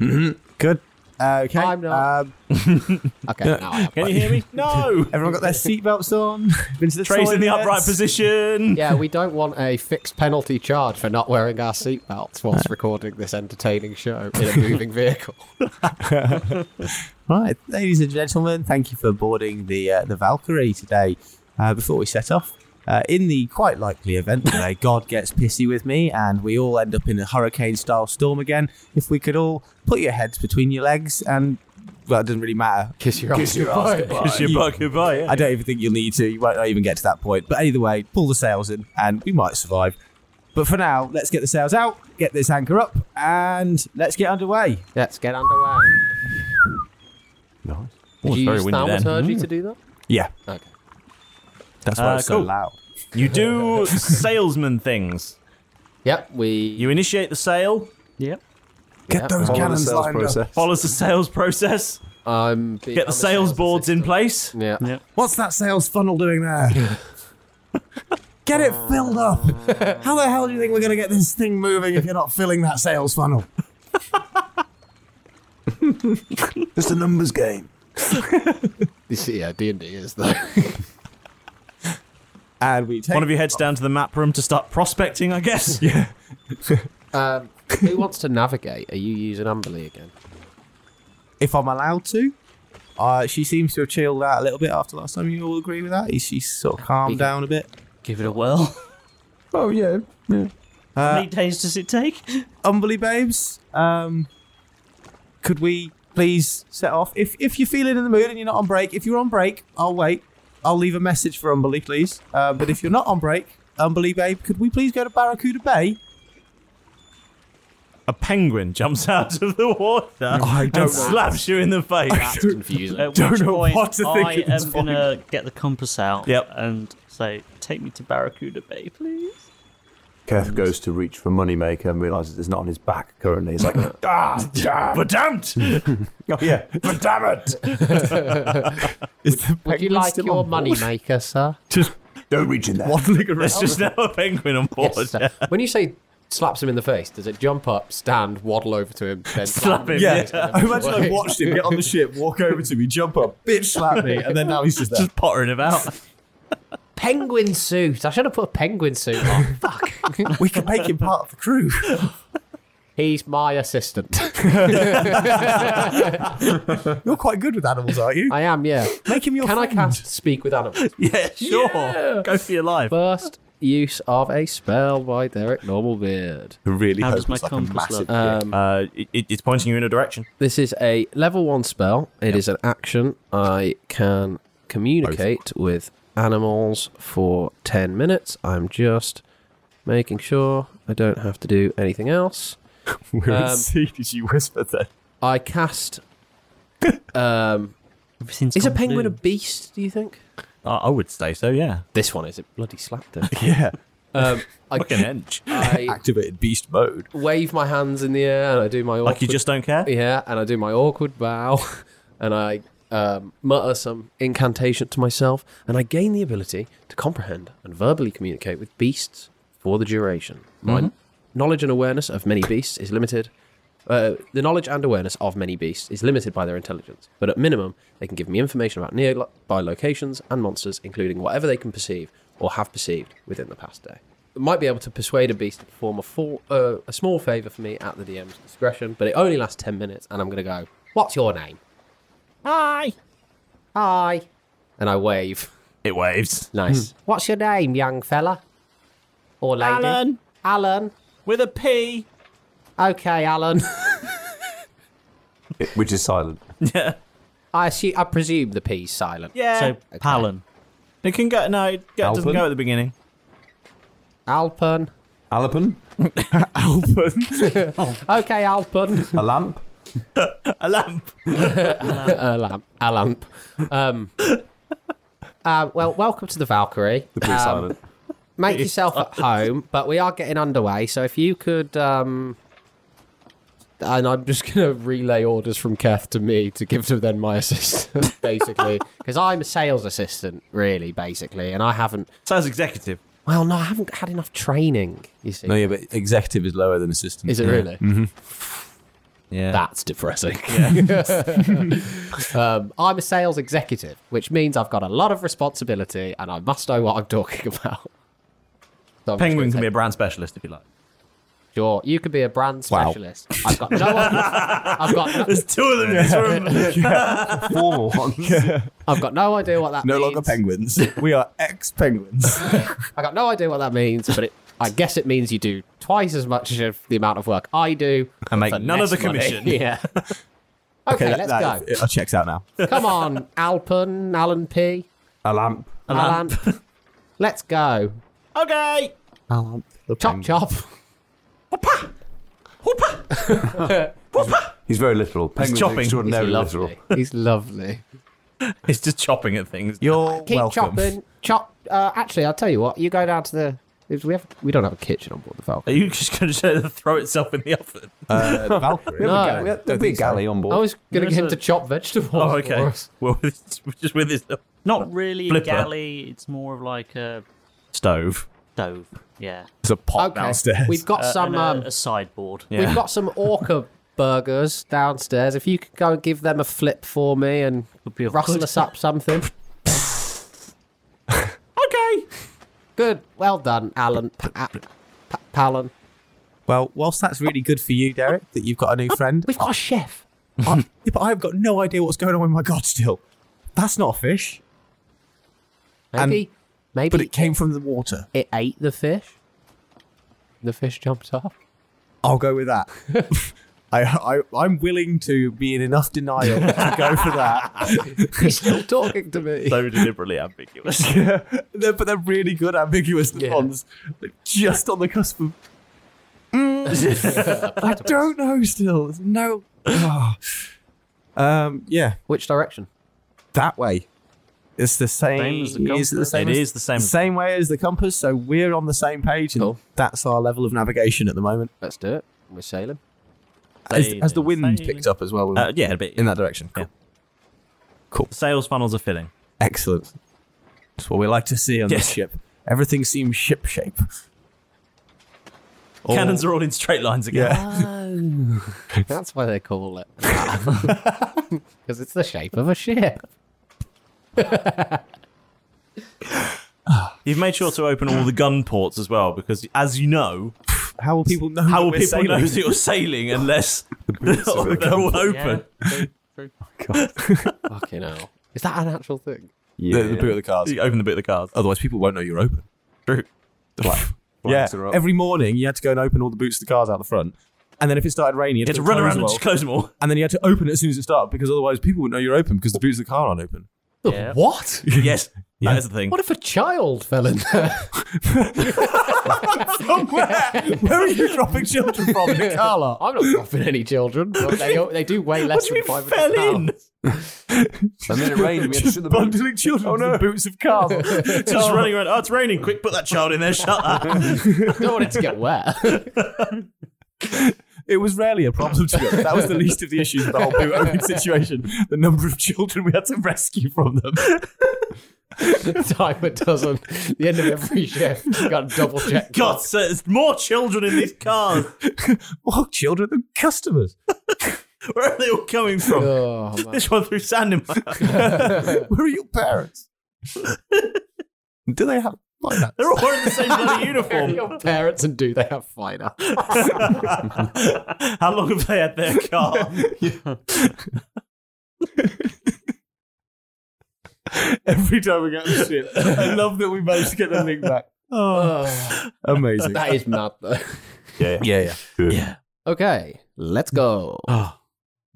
Mhm. Good. Uh, okay. I'm not. Um, okay. now I am. Can you hear me? No. Everyone got their seatbelts on. Been to the Trace in the toilets? upright position. Yeah, we don't want a fixed penalty charge for not wearing our seatbelts whilst recording this entertaining show in a moving vehicle. Right, ladies and gentlemen, thank you for boarding the uh, the Valkyrie today. Uh, before we set off, uh, in the quite likely event that a god gets pissy with me and we all end up in a hurricane-style storm again, if we could all put your heads between your legs and well, it doesn't really matter. Kiss your ass goodbye. Kiss your butt goodbye, yeah. I don't even think you'll need to. You won't even get to that point. But either way, pull the sails in and we might survive. But for now, let's get the sails out, get this anchor up, and let's get underway. Let's get underway. Nice. Did you use thaumaturgy to do that? Yeah. Okay. That's why it's so loud. You do salesman things. Yep, we. You initiate the sale. Yep. Get those Follow the cannons sales lined up. process. Follows the sales process. Um, Get the sales boards in place. Yeah. What's that sales funnel doing there? get it filled up. How the hell do you think we're going to get this thing moving if you're not filling that sales funnel? It's a numbers game. You see, yeah, D and D is though. and we One of you heads down to the map room to start prospecting, I guess. yeah. Um, who wants to navigate? Are you using Amberley again? If I'm allowed to. Uh, she seems to have chilled out a little bit after last time. You all agree with that? Is she sort of calmed down a bit? Give it a whirl. Oh, yeah. yeah. How many days does it take? Humbly babes, um, could we please set off? If if you're feeling in the mood and you're not on break, if you're on break, I'll wait. I'll leave a message for Umberly, please. Uh, but if you're not on break, Umberly babe, could we please go to Barracuda Bay? A penguin jumps out of the water I don't know. and slaps you in the face. That's confusing. At which point, I am gonna get the compass out. Yep. And say, take me to Barracuda Bay, please. Keth goes to reach for Moneymaker and realizes it's not on his back currently. He's like, ah, damn. Verdammt! oh, yeah. Verdammt! Would you like your money maker, sir? Just don't reach in there. There's just now a penguin on board. Yes, sir. When you say slaps him in the face, does it jump up, stand, waddle over to him, then Slap him, in the yeah. face, and I then imagine I away? watched him get on the ship, walk over to me, jump up, bitch slap me, and then now he's just there. Just pottering about. penguin suit. I should have put a penguin suit on. Fuck. we can make him part of the crew. He's my assistant. You're quite good with animals, aren't you? I am, yeah. Make him your Can I cast speak with animals? Yeah, sure. Go for your life. First use of a spell by Derek Normal Beard. Really How does my compass look? Um, uh, it, it's pointing you in a direction. This is a level one spell. It is an action. I can communicate with animals for 10 minutes. I'm just making sure I don't have to do anything else. Where Um, sea did you whisper that? I cast. Um, is a gone penguin blue. a beast, do you think? I, I would say so, yeah. This one is it bloody slapped him. yeah. Um, I, Fucking hench. I- Activated beast mode. wave my hands in the air and I do my awkward, Like you just don't care? yeah, and I do my awkward bow, and I um, mutter some incantation to myself, and I gain the ability to comprehend and verbally communicate with beasts for the duration. My Mhm. Mm-hmm. knowledge and awareness of many beasts is limited, uh, the knowledge and awareness of many beasts is limited by their intelligence, but at minimum, they can give me information about nearby locations and monsters, including whatever they can perceive or have perceived within the past day. It might be able to persuade a beast to perform a, full, uh, a small favour for me at the DM's discretion, but it only lasts 10 minutes, and I'm going to go, What's your name? Hi. Hi. And I wave. It waves. Nice. Hmm. What's your name, young fella? Or lady? Alan. Alan. With a P. Okay, Alan. which is silent. Yeah. I assume, I presume the P's silent. Yeah. So, Palin. It can go. No, it go- it doesn't Alpen? go at the beginning. Alpen. Alpen. Alpen. Okay, Alpen. A lamp. a lamp. a lamp. A lamp. Um, uh, well, welcome to the Valkyrie. The P's Um, silent. Make yourself at home, but we are getting underway. So if you could, um, and I'm just going to relay orders from Keth to me to give to then my assistant, basically, because I'm a sales assistant, really, basically, and I haven't. Sales executive. Well, no, I haven't had enough training. You see, No, yeah, but executive is lower than assistant. Is it really? Mm-hmm. Yeah. That's depressing. Yeah. um, I'm a sales executive, which means I've got a lot of responsibility and I must know what I'm talking about. So I'm just Penguin gonna can take- be a brand specialist if you like. Sure, you could be a brand specialist. I've got no. I've got. No, There's two of them in this room. Formal ones. I've got no idea what that No means. longer penguins. We are ex penguins. I got no idea what that means, but it, I guess it means you do twice as much of the amount of work I do And make for none of less the money. commission. Yeah. Okay, that, let's that- go. It, it checks out now. Come on, Alpen, Alan P, A lamp. Alan. Let's go. Okay. Alan. Chop chop. He's very literal. Penguins chopping. Are extraordinarily He's lovely. literal. He's lovely. It's just chopping at things. You're Keep chopping. Chop. Uh, actually, I'll tell you what. You go down to the. if We have. We don't have a kitchen on board the Falcon. Are you just going to throw itself in the oven? Uh, the Valkyrie. We have, No, a, ga- we have a don't big think so. galley on board. I was going to There's get him a- to chop vegetables. Oh, for okay. us. Well, it's just with this Not really Flipper. a galley. It's more of like a stove. stove. Yeah. There's a pot Okay. downstairs. We've got Uh, some. and a, Um, a sideboard. Yeah. We've got some orca burgers downstairs. If you could go and give them a flip for me and Would be rustle awkward. us up something. Okay. Good. Well done, Alan. Pa- A- Pa- Palin. Well, whilst that's really good for you, Derek, that you've got a new friend, We've got a chef. I, yeah, but I've got no idea what's going on with my god still. That's not a fish, Maybe. maybe. but it came from the water. It ate the fish. The fish jumped off. I'll go with that. I, I, I'm willing to be in enough denial to go for that. He's still talking to me. So deliberately ambiguous. They're- but they're really good ambiguous Yeah. ones. They're just on the cusp of. Mm. I don't know still. There's No. Ah. Um, yeah, Which direction? that way. It's the Same same. as the is it the compass. same It as- is the same the as- same way as the compass. So we're on the same page, and Cool. that's our level of navigation at the moment. Let's do it. We're sailing. Has, has the Sailing, wind sailing. picked up as well? Uh, yeah, a bit. in that direction. Cool. Yeah. The sales funnels are filling. Excellent. That's what we like to see on this Yes. ship. Everything seems ship shape. Or- Cannons are all in straight lines again. Yeah. Oh, that's why they call it. Because it's the shape of a ship. You've made sure to open all the gun ports as well, because as you know, How will people know? how that will we're people know sailing? that you're sailing unless they're all they're all open? Yeah, true, true. Fucking hell. Is that an actual thing? The, the boot of the cars. You open the bit of the cars. Otherwise, people won't know you're open. True. yeah. Flags are up. Every morning, you had to go and open all the boots of the cars out the front. And then if it started raining, you You had had, to put run the around and clothes well. just close them all. And then you had to open it as soon as it started because otherwise people wouldn't know you're open because the boots of the car aren't open. Yeah. What? yes, that is the thing. What if a child fell in there? Where, where are you dropping children from in a car lot? I'm not dropping any children. But they, they do weigh less What than if you 500 fell in? pounds. and then it rained. We had to shut the boat. Bundling children oh, no. the boots of cars. Just running around. Oh, it's raining. Quick, put that child in there. Shut up. Don't want it to get wet. It was rarely a problem to us. That was the least of the issues of the whole boot open situation. The number of children we had to rescue from them. Timer doesn't. The end of every shift, you got to double check. God, so there's more children in these cars. more children than customers. Where are they all coming from? Oh, this one through sand in my eye. Where are your parents? Do they have finance? They're all wearing the same bloody uniform. Your parents and do they have finance? How long have they had their car? Every time we get this shit, I love that we managed to get the link back. Oh. Amazing. That is mad, though. Yeah, yeah, yeah. Good. Okay, let's go. Oh.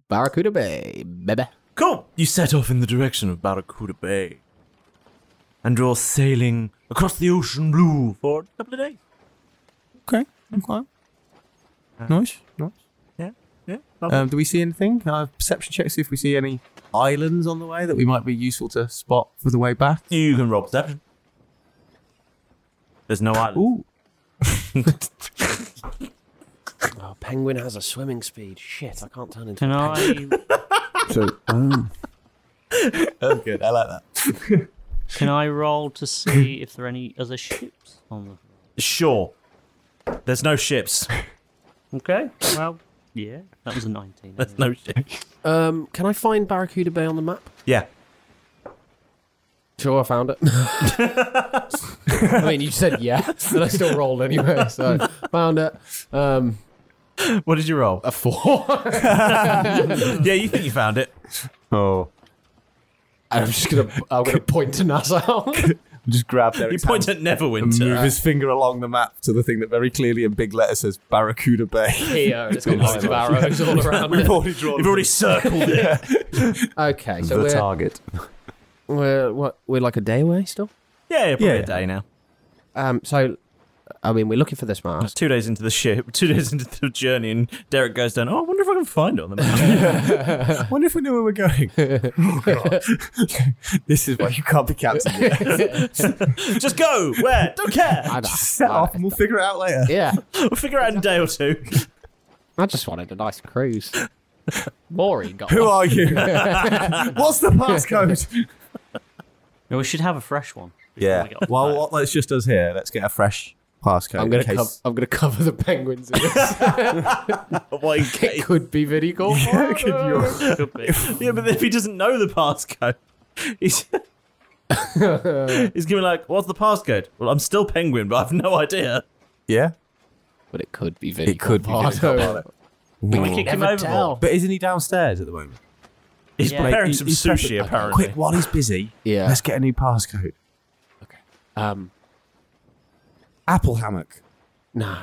Barracuda Bay, baby. Cool. You set off in the direction of Barracuda Bay and draw sailing across the ocean blue for a couple of days. Okay, okay. Nice, nice. Yeah, yeah. lovely. Um, do we see anything? Can I have perception check see if we see any islands on the way that we might be useful to spot for the way back? You can roll perception. There's no island. Ooh. Oh, penguin has a swimming speed. Shit, I can't turn into Can a I? penguin. So, oh. That's good. I like that. Can I roll to see if there are any other ships on Sure. There's no ships. the? Okay. Well, yeah, that was a nineteen. There's no ships. Um, can I find Barracuda Bay on the map? Yeah. Sure, I found it. I mean, you said yeah, and I still rolled anyway, so found it. Um, what did you roll? A four. yeah, you think you found it. Oh. I'm just gonna. I'm gonna point to Nassau. Just grab You Derek's point hand at Neverwinter. and move his finger along the map to the thing that very clearly in big letters says Barracuda Bay. Here, and it's got lots of arrows all around We've it. already drawn. You've already circled it. Okay, so the we're, target. we're what we're like a day away still. Yeah, you're probably Yeah. a day now. Um, so I mean, we're looking for this map. Two days into the ship, two days into the journey, and Derek goes down. Oh, I wonder if I can find it on the map. wonder if we know where we're going. Oh, God. this is why you can't be captain. yet. Just go. Where? Don't care. I, Just set off and we'll figure it out later. yeah, We'll figure it out in a day or two. I just wanted a nice cruise. Maureen got Who one. are you? What's the passcode? No, we should have a fresh one. Yeah. Well, what, that's just us here. Let's get a fresh passcode. I'm gonna in case- cov- I'm gonna cover the penguins. In this. Why, Kate? it could be video call. Could be. yeah, but if he doesn't know the passcode, he's he's gonna be like, "What's the passcode?" Well, I'm still Penguin, but I've no idea. Yeah. but it could be video. It could be video We We can kick him never overboard. tell. But isn't he downstairs at the moment? He's Yeah. preparing Mate, some he's sushi, prepping- apparently. Quick, while he's busy, Yeah. let's get a new passcode. Um, Apple hammock. no,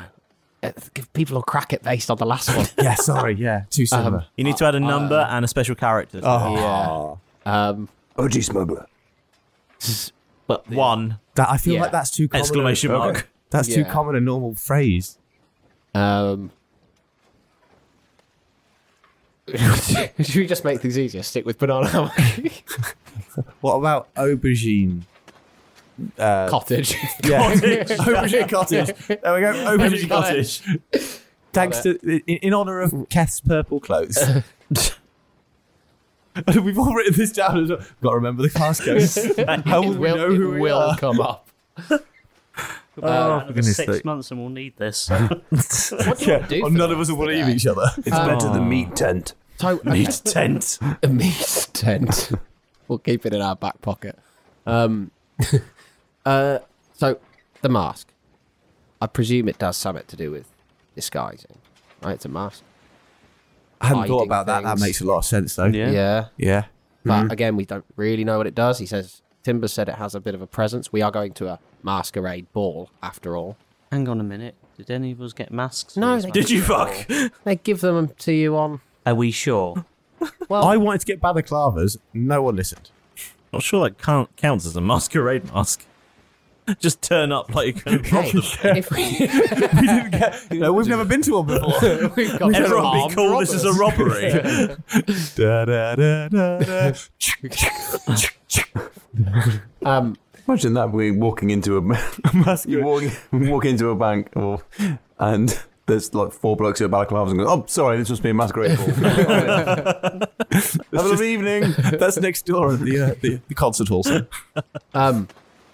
Uh, give people a crack at based on the last one. Yeah, sorry. Yeah, too similar. You need to add a number and a special character. oh, Um, yeah. Um, OG smuggler. but One that I feel Yeah. like that's too common. exclamation mark. That's too Yeah. common a normal phrase. Um, should we just make things easier? Stick with banana hammock. What about aubergine? cottage. Yeah. aubergine cottage. There we go. Aubergine Aubergine cottage. Thanks to in, in honor of Keth's purple clothes. We've all written this down as well. Got to remember the passcode. How will It we will, know who it we will are? come up. Uh, Could be another goodness six sake. months, and we'll need this. Yeah, do or for Oh, none the of us will rest of the believe day? each other. It's better than meat tent. So, okay. tent. a meat tent. we'll keep it in our back pocket. Um, uh, so the mask. I presume it does something to do with disguising, right? It's a mask. I hadn't thought Hiding about that. That things. makes a lot of sense, though. Yeah. Yeah. But Mm-hmm. again, we don't really know what it does. He says Timber said it has a bit of a presence. We are going to a masquerade ball after all. Hang on a minute. Did any of us get masks? for No, this they one? Did you fuck? They give them to you on. Are we sure? Well, I wanted to get balaclavas. No one listened. Not sure that count, counts as a masquerade mask. Just turn up like you're gonna rob them. if we, we didn't get. No, we've never been to one before. we've got Everyone armed be cool. This is a robbers. robbery. da, da, da, da, da. Um, Imagine that we walking into a you walk, walk into a bank or, and There's like four blokes who are balaclavas and go, oh, sorry, this must be a masquerade ball. Have a lovely evening. That's next door at the, uh, the, the concert hall. sir. Um,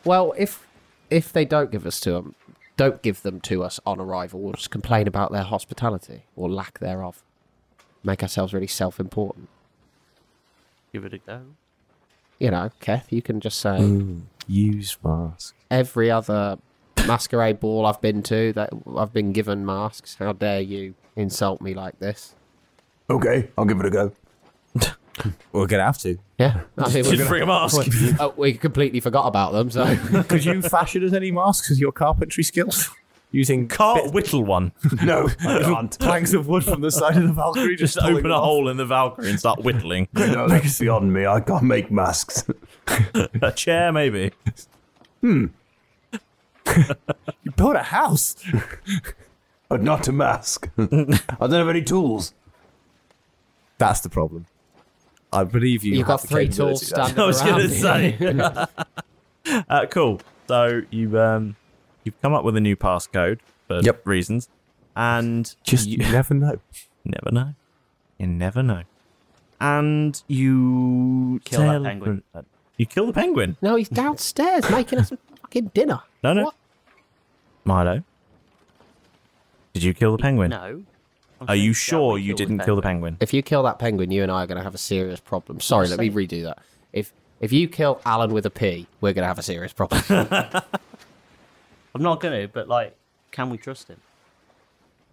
well, if if they don't give us to them, don't give them to us on arrival. We'll just complain about their hospitality or lack thereof. Make ourselves really self-important. Give it a go. You know, Keth, you can just Hmm. say Use mask. every other masquerade ball I've been to that I've been given masks. How dare you insult me like this? Okay, I'll give it a go. We're gonna have to. Yeah, I mean, Just we're gonna- bring a mask. we- oh, we completely forgot about them. So Could you fashion us any masks with your carpentry skills? Using can't whittle one. No, I can't. planks of wood from the side of the Valkyrie. Just, Just open a hole in the Valkyrie and start whittling. no, that's beyond me. I can't make masks. a chair, maybe. Hmm. you built a house. but not a mask. I don't have any tools. That's the problem. I believe you. You've have got the three capability tools to do that. standing I was gonna around. say. Uh, cool. So you um, you've come up with a new passcode for reasons, and just you never know. Never know. You never know. And you Kill that tell- penguin. You kill the penguin, no, he's downstairs making us fucking dinner. No, no. Milo. Did you kill the penguin? No. Are you sure you didn't kill the penguin? If you kill that penguin, you and I are going to have a serious problem. Sorry, let me redo that. If if you kill Alan with a P, we're going to have a serious problem. I'm not gonna, but like, can we trust him?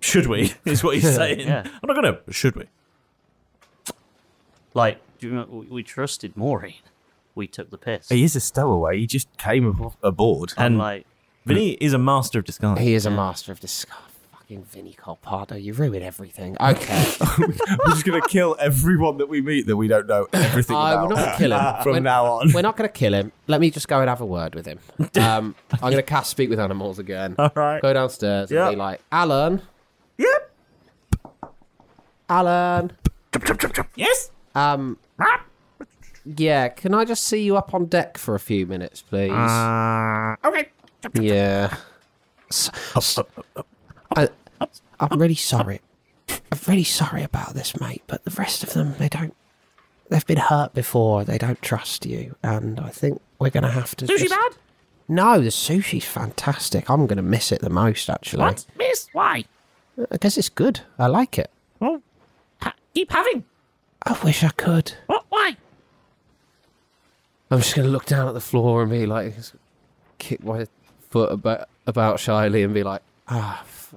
Should we? Is what he's Yeah. saying. Yeah. I'm not gonna. Should we? Like, do you remember, we- we trusted Maureen. We took the piss. He is a stowaway. He just came abo- aboard. And like, Vinny is a master of disguise. He is a master of disguise. Fucking Vinny Colpardo, you ruin everything. Okay. We're just gonna kill everyone that we meet that we don't know everything Uh, about. we're not going to kill him. from We're- now on. We're not going to kill him. Let me just go and have a word with him. Um, I'm going to cast Speak with Animals again. All right. Go downstairs and be like, Alan. Yep. Alan. Yes. Um. Yeah, can I just see you up on deck for a few minutes, please? okay. Yeah. S- s- I, am really sorry. I'm really sorry about this, mate, but the rest of them, they don't. They've been hurt before. They don't trust you. And I think we're going to have to. just- bad? No, the sushi's fantastic. I'm going to miss it the most, actually. What? Miss? Why? I guess it's good. I like it. Keep having. I wish I could. What? Why? I'm just going to look down at the floor and be like, just kick my foot about, about shyly and be like, ah, f-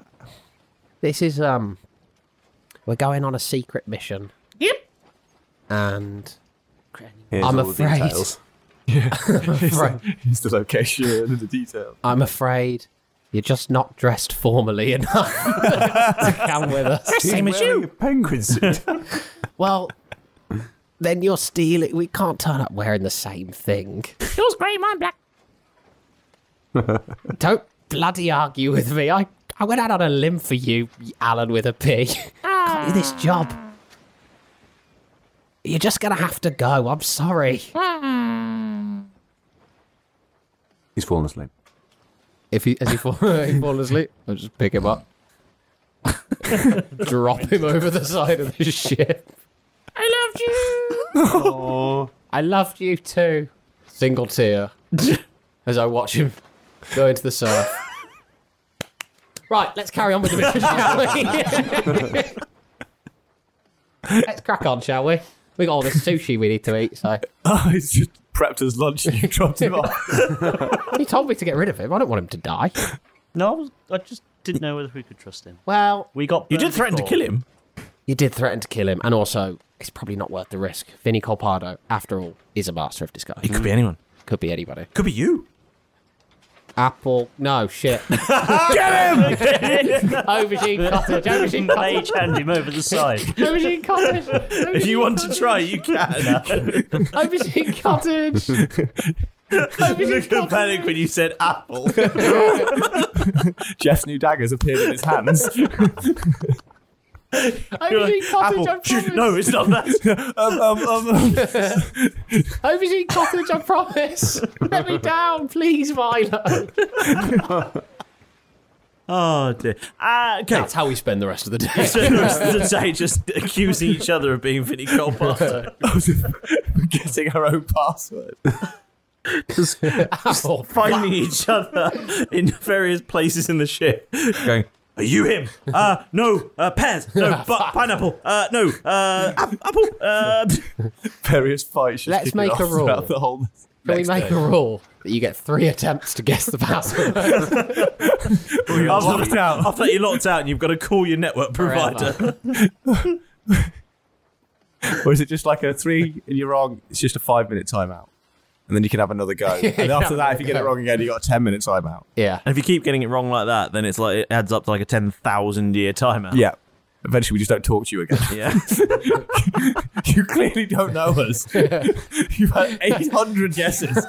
this is, um, we're going on a secret mission. Yep. And Here's I'm all the afraid. details. I'm afraid. Here's the location and the detail. I'm afraid you're just not dressed formally enough to come with us. He's Same as you. wearing a penguin suit. well, then you're stealing. We can't turn up wearing the same thing. Yours grey, mine black. Don't bloody argue with me. I, I went out on a limb for you, Alan with a P. Got you this Ah. job. You're just gonna have to go. I'm sorry. Hmm. He's fallen asleep. If he as he falls asleep, I'll just pick him up, drop him over the side of the ship. I loved you. I loved you too. Single tear as I watch him go into the surf. Right, let's carry on with the mission, shall we? let's crack on, shall we? We got all this sushi we need to eat, so. Oh, he's just prepped his lunch and you dropped him off. he told me to get rid of him. I don't want him to die. no, I, was, I just didn't know whether we could trust him. Well, we got. You burned did threaten to before. kill him. You did threaten to kill him, and also, it's probably not worth the risk. Vinny Colpardo, after all, is a master of disguise. It could be anyone. Could be anybody. Could be you. Apple. No, shit. Get him! Aubergine cottage, aubergine cottage. Mage hand him over the side. Aubergine cottage. If you want to try, you can. Aubergine cottage. Look at panic when you said apple. Jeff's new daggers appeared in his hands. Aubergine cottage. I promise. No, it's not that. um, um, um. Aubergine cottage. I promise. Let me down, please, Milo. Oh dear. Uh, okay. That's how we spend the rest of the day. So the rest of the day just accusing each other of being Vinnie Colpotter. Getting our own password. just Oh, finding each other in various places in the ship. Going, are you him? Uh, no, uh, pears. No, bu- pineapple. Uh, no, uh, ap- apple. Uh, Various fights. just Let's kicking make off a rule. throughout The whole Can we next make day. a rule that you get three attempts to guess the password? I've locked out. I've let you locked out, and you've got to call your network provider. Or is it just like a three and you're wrong? It's just a five minute timeout. And then you can have another go. Yeah, And after that, if you get it go. wrong again, you got a 10 minute timeout. Yeah. And if you keep getting it wrong like that, then it's like it adds up to like a ten thousand year timer. Yeah. Eventually, we just don't talk to you again. Yeah. you clearly don't know us. You've had 800 guesses.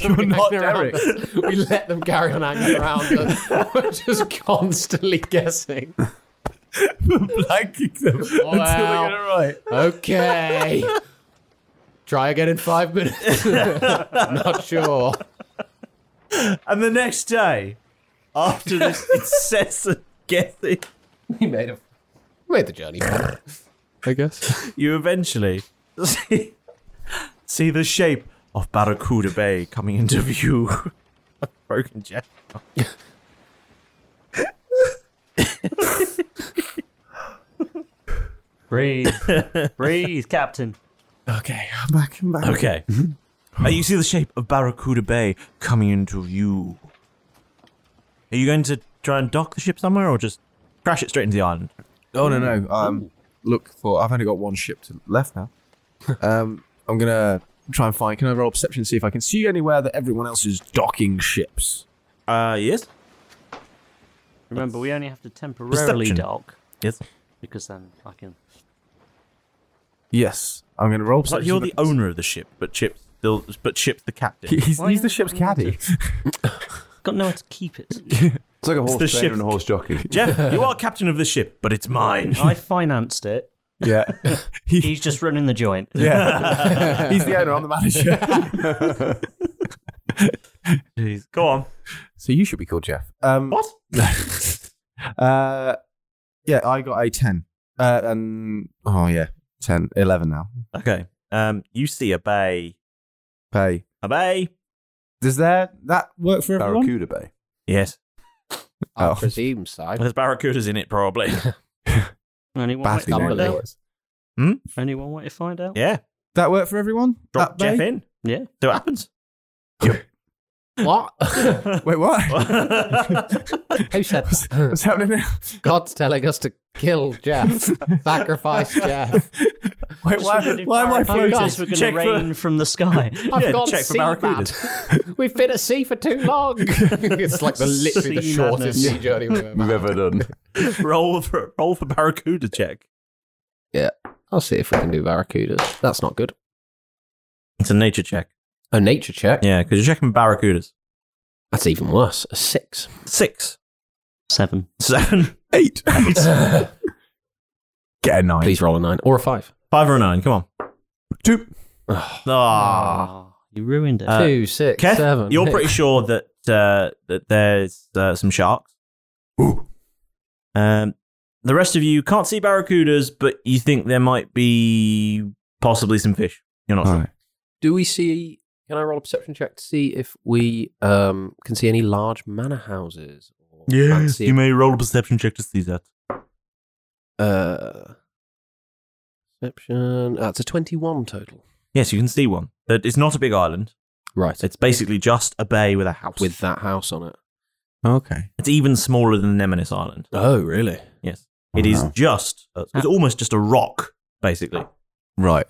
You're not Derek. We let them carry on hanging around us. We're just constantly guessing. Blanking them wow. until they get it right. Okay. Try again in five minutes. not sure. And the next day, after this incessant guessing, we made a made the journey. I guess you eventually see, see the shape of Barracuda Bay coming into view. A broken jet. Breathe. Breathe, Captain. Okay, I'm back. I'm back. Okay. Uh, you see the shape of Barracuda Bay coming into view. Are you going to try and dock the ship somewhere or just crash it straight into the island? Oh no no. Um, look for. I've only got one ship to left now. um, I'm gonna try and find. Can I roll perception to see if I can see anywhere that everyone else is docking ships? Uh, yes. Remember, we only have to temporarily Perception. dock. Yes. Because then I can. Yes. I'm gonna roll. It's like perception you're to the look- owner of the ship, but Chip still, but Chip's the captain. He's, he's the ship's caddy. Got nowhere to keep it. It's like a horse the trainer ship. and a horse jockey. Jeff, you are captain of the ship, but it's mine. I financed it. Yeah. He's just running the joint. Yeah. he's the owner. I'm the manager. Jeez. Go on. So you should be called Jeff. Um, what? uh, yeah, I got a ten. Uh, and oh yeah, 10, 11 now. Okay. Um, you see a bay. Bay. A bay. Does there that work for everyone? Oh, Barracuda Bay. Yes. I presume so. There's barracudas in it, probably. Only one Baffy way to find name. out. Hmm? Only one way to find out. yeah. That worked for everyone. Drop That bay? Jeff in. Yeah. See what happens. What? Wait, what? Who said that? What's happening now? God's telling us to kill Jeff, sacrifice Jeff. Wait, why, why am I floating? Because we're going to rain from the sky. I've gone sea mad. We've been at sea for too long. it's like the literally the Sea shortest madness. sea journey we've ever. ever done. roll for roll for barracuda check. Yeah, I'll see if we can do barracudas. That's not good. It's a nature check. A nature check. Yeah, because you're checking barracudas. That's even worse. A six. Six. Seven. Seven. Eight. Get a nine. Please roll a nine or a five. Five or a nine. Come on. Two. Ah. You ruined it. Uh, Two, six, Keth, seven. you're pretty sure that uh, that there's uh, some sharks. Um, the rest of you can't see barracudas, but you think there might be possibly some fish. You're not sure. Do we see? Can I roll a perception check to see if we um, can see any large manor houses? Or fancy- may roll a perception check to see that. Uh, perception. That's a twenty-one total. Yes, you can see one. That it's not a big island. Right. It's basically just a bay with a house. With that house on it. Okay. It's even smaller than Nemesis Island. Oh, really? Ah. Yes. It is just. a- it's almost just a rock, basically. Right.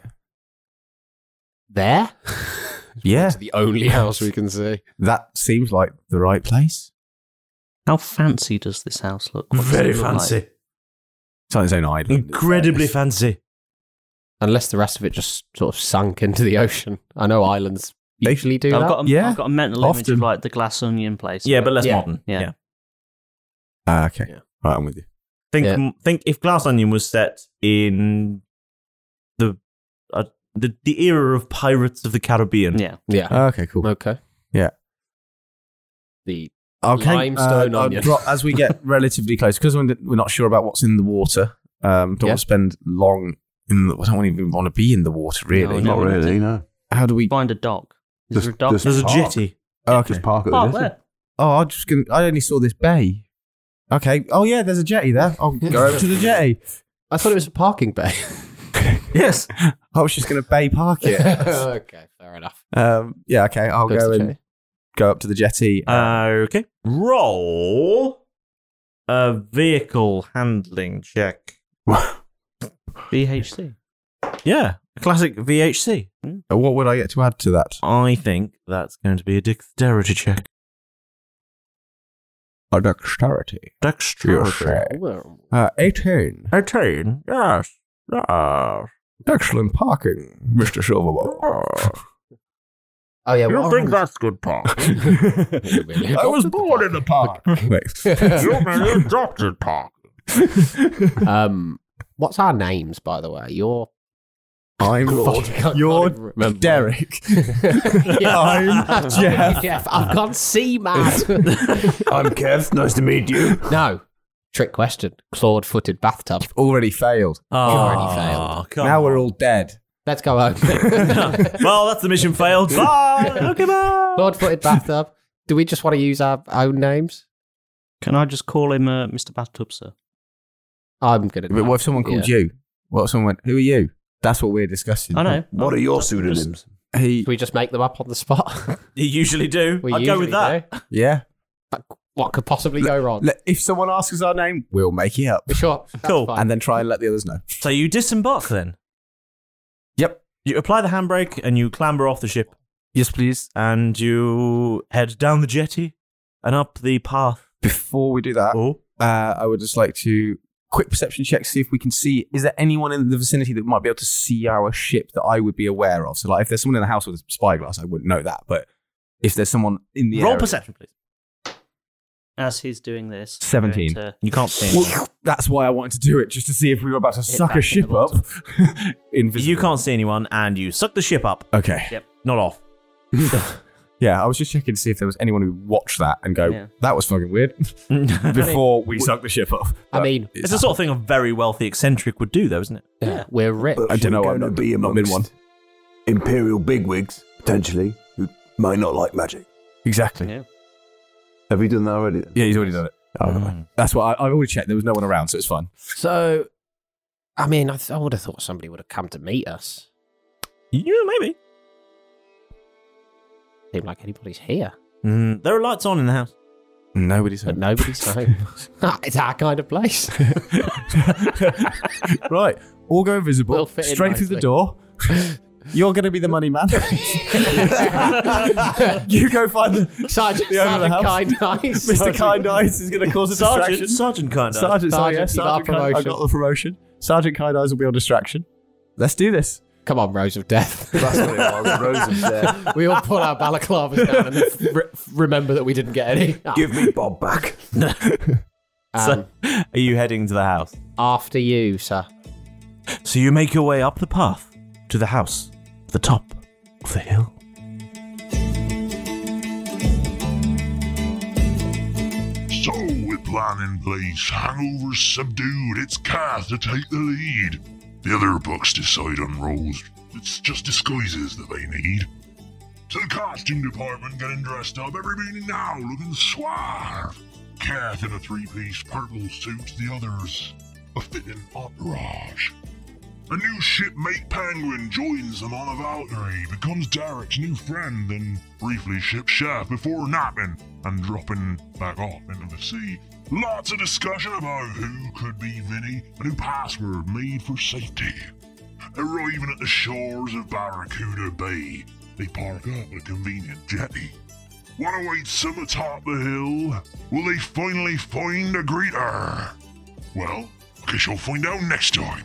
There? Yeah. The only house we can see. That seems like the right place. How fancy does this house look? What does it look like? It's on its own island. Incredibly fancy. Unless the rest of it just sort of sunk into the ocean. I know islands usually do I've that. got, a, Yeah, I've got a mental image of like the glass onion place. Yeah, but less Yeah. modern. Yeah. yeah. Ah, okay. Right, I'm with you. Think Yeah. m- think if Glass Onion was set in the uh, the the era of Pirates of the Caribbean. Yeah. Yeah. Ah, okay, cool. Okay. Yeah. The Okay. Limestone uh, I'll onion. drop- as we get relatively close, because we're we're not sure about what's in the water, um, don't Yeah. want to spend long in the, I don't even want to be in the water, really. No, not really, no. How do we find a dock? Is there a dock? There's a jetty. Okay. Just park at Park the jetty. where? Oh, I just gonna, I only saw this bay. Okay. Oh yeah, there's a jetty there. I'll go over to the jetty. I thought it was a parking bay. yes. I was just going to bay park it. okay, fair enough. Um, yeah. Okay. I'll Go go, to the and jetty. go up to the jetty. Uh, Uh, okay. Roll a vehicle handling check. VHC. Yeah, a classic VHC. Uh, What would I get to add to that? I think that's going to be a dexterity check. A dexterity. Dexterity. Uh, 18. 18. Yes. Yes. Excellent parking, Mr. Silverball. Oh yeah, You well, alright. think that's good park? I was born in a park. you may adopt a park. um, what's our names, by the way? You're I'm Claude. I can't even You're remember. Derek. Yeah. I'm Jeff. Oh, I've gone C mad. I'm Kev. Nice to meet you. no. Trick question. Clawed footed bathtub. Already failed. Oh, already failed. come Now we're all dead. Let's go home. well, that's the mission failed. Bye. Okay, bye. Clawed footed bathtub. Do we just want to use our own names? Can I just call him uh, Mr. Bathtub, sir? I'm gonna. But what if someone called Yeah. you? What if someone went, Who are you? That's what we're discussing. I know. What are your pseudonyms? He, Should we just make them up on the spot? You usually do. We I'd go with usually that. do. yeah. What could possibly go wrong? Let- If someone asks us our name, we'll make it up. Sure. that's Cool. fine. And then try and let the others know. So you disembark then? Yep. You apply the handbrake and you clamber off the ship. Yes, please. And you head down the jetty and up the path. Oh, Before we do that, uh, I would just like to quick perception check, see if we can see. Is there anyone in the vicinity that might be able to see our ship that I would be aware of? So, like, if there's someone in the house with a spyglass, I wouldn't know that. But if there's someone in the Roll area- perception, please. As he's doing this, I'm going 17. to- You can't see Well, anyone. that's why I wanted to do it, just to see if we were about to suck back in a ship the up. You can't see anyone and you suck the ship up. Okay. Yep. Not off. Yeah, I was just checking to see if there was anyone who watched that and go, Yeah. that was fucking weird, before we suck the ship up. I mean, It's the sort of thing a very wealthy eccentric would do, though, isn't it? yeah, we're rich. But I don't know, you're I'm gonna not- be not been amongst one. Imperial bigwigs potentially who might not like magic. Exactly. Yeah. Have you done that already? Yeah, he's already done it. Oh, That's why I, I already checked. There was no one around, so it's fine. So, I mean, I, th- I would have thought somebody would have come to meet us. Yeah, maybe. Seemed like anybody's here, Mm, there are lights on in the house. Nobody's but nobody's home. it's our kind of place. right, all go invisible. We'll fit in straight through the nicely. door. You're going to be the money man. you go find the Sergeant, The owner of the Sergeant house. Kind Eyes. Mr. Kind Eyes is going to cause a distraction. Sergeant, Sergeant kind of. Sergeant, sorry, yeah, Sergeant, you got Sergeant a Kind, I promotion. got the promotion. Sergeant Kind Eyes will be on distraction. Let's do this. Come on, Rose of Death. That's what it was. Rose is there. we all pull our balaclavas down and f- re- remember that we didn't get any. Give me Bob back. Um, Are you heading to the house? after you, sir. So you make your way up the path to the house, the top of the hill. So we're planning, please. Hangover subdued. It's Kath to take the lead. The other books decide on roles. It's just disguises that they need. To the costume department, getting dressed up. Everybody now looking suave. Kath in a three-piece purple suit. The others a fitting entourage. A new shipmate Penguin joins them on a Valkyrie, becomes Derek's new friend, and briefly ships chef before napping and dropping back off into the sea. Lots of discussion about who could be Vinny, a new password made for safety. Arriving at the shores of Barracuda Bay, they park up at a convenient jetty. What awaits them atop the hill? Will they finally find a greeter? Well, guess you'll find out next time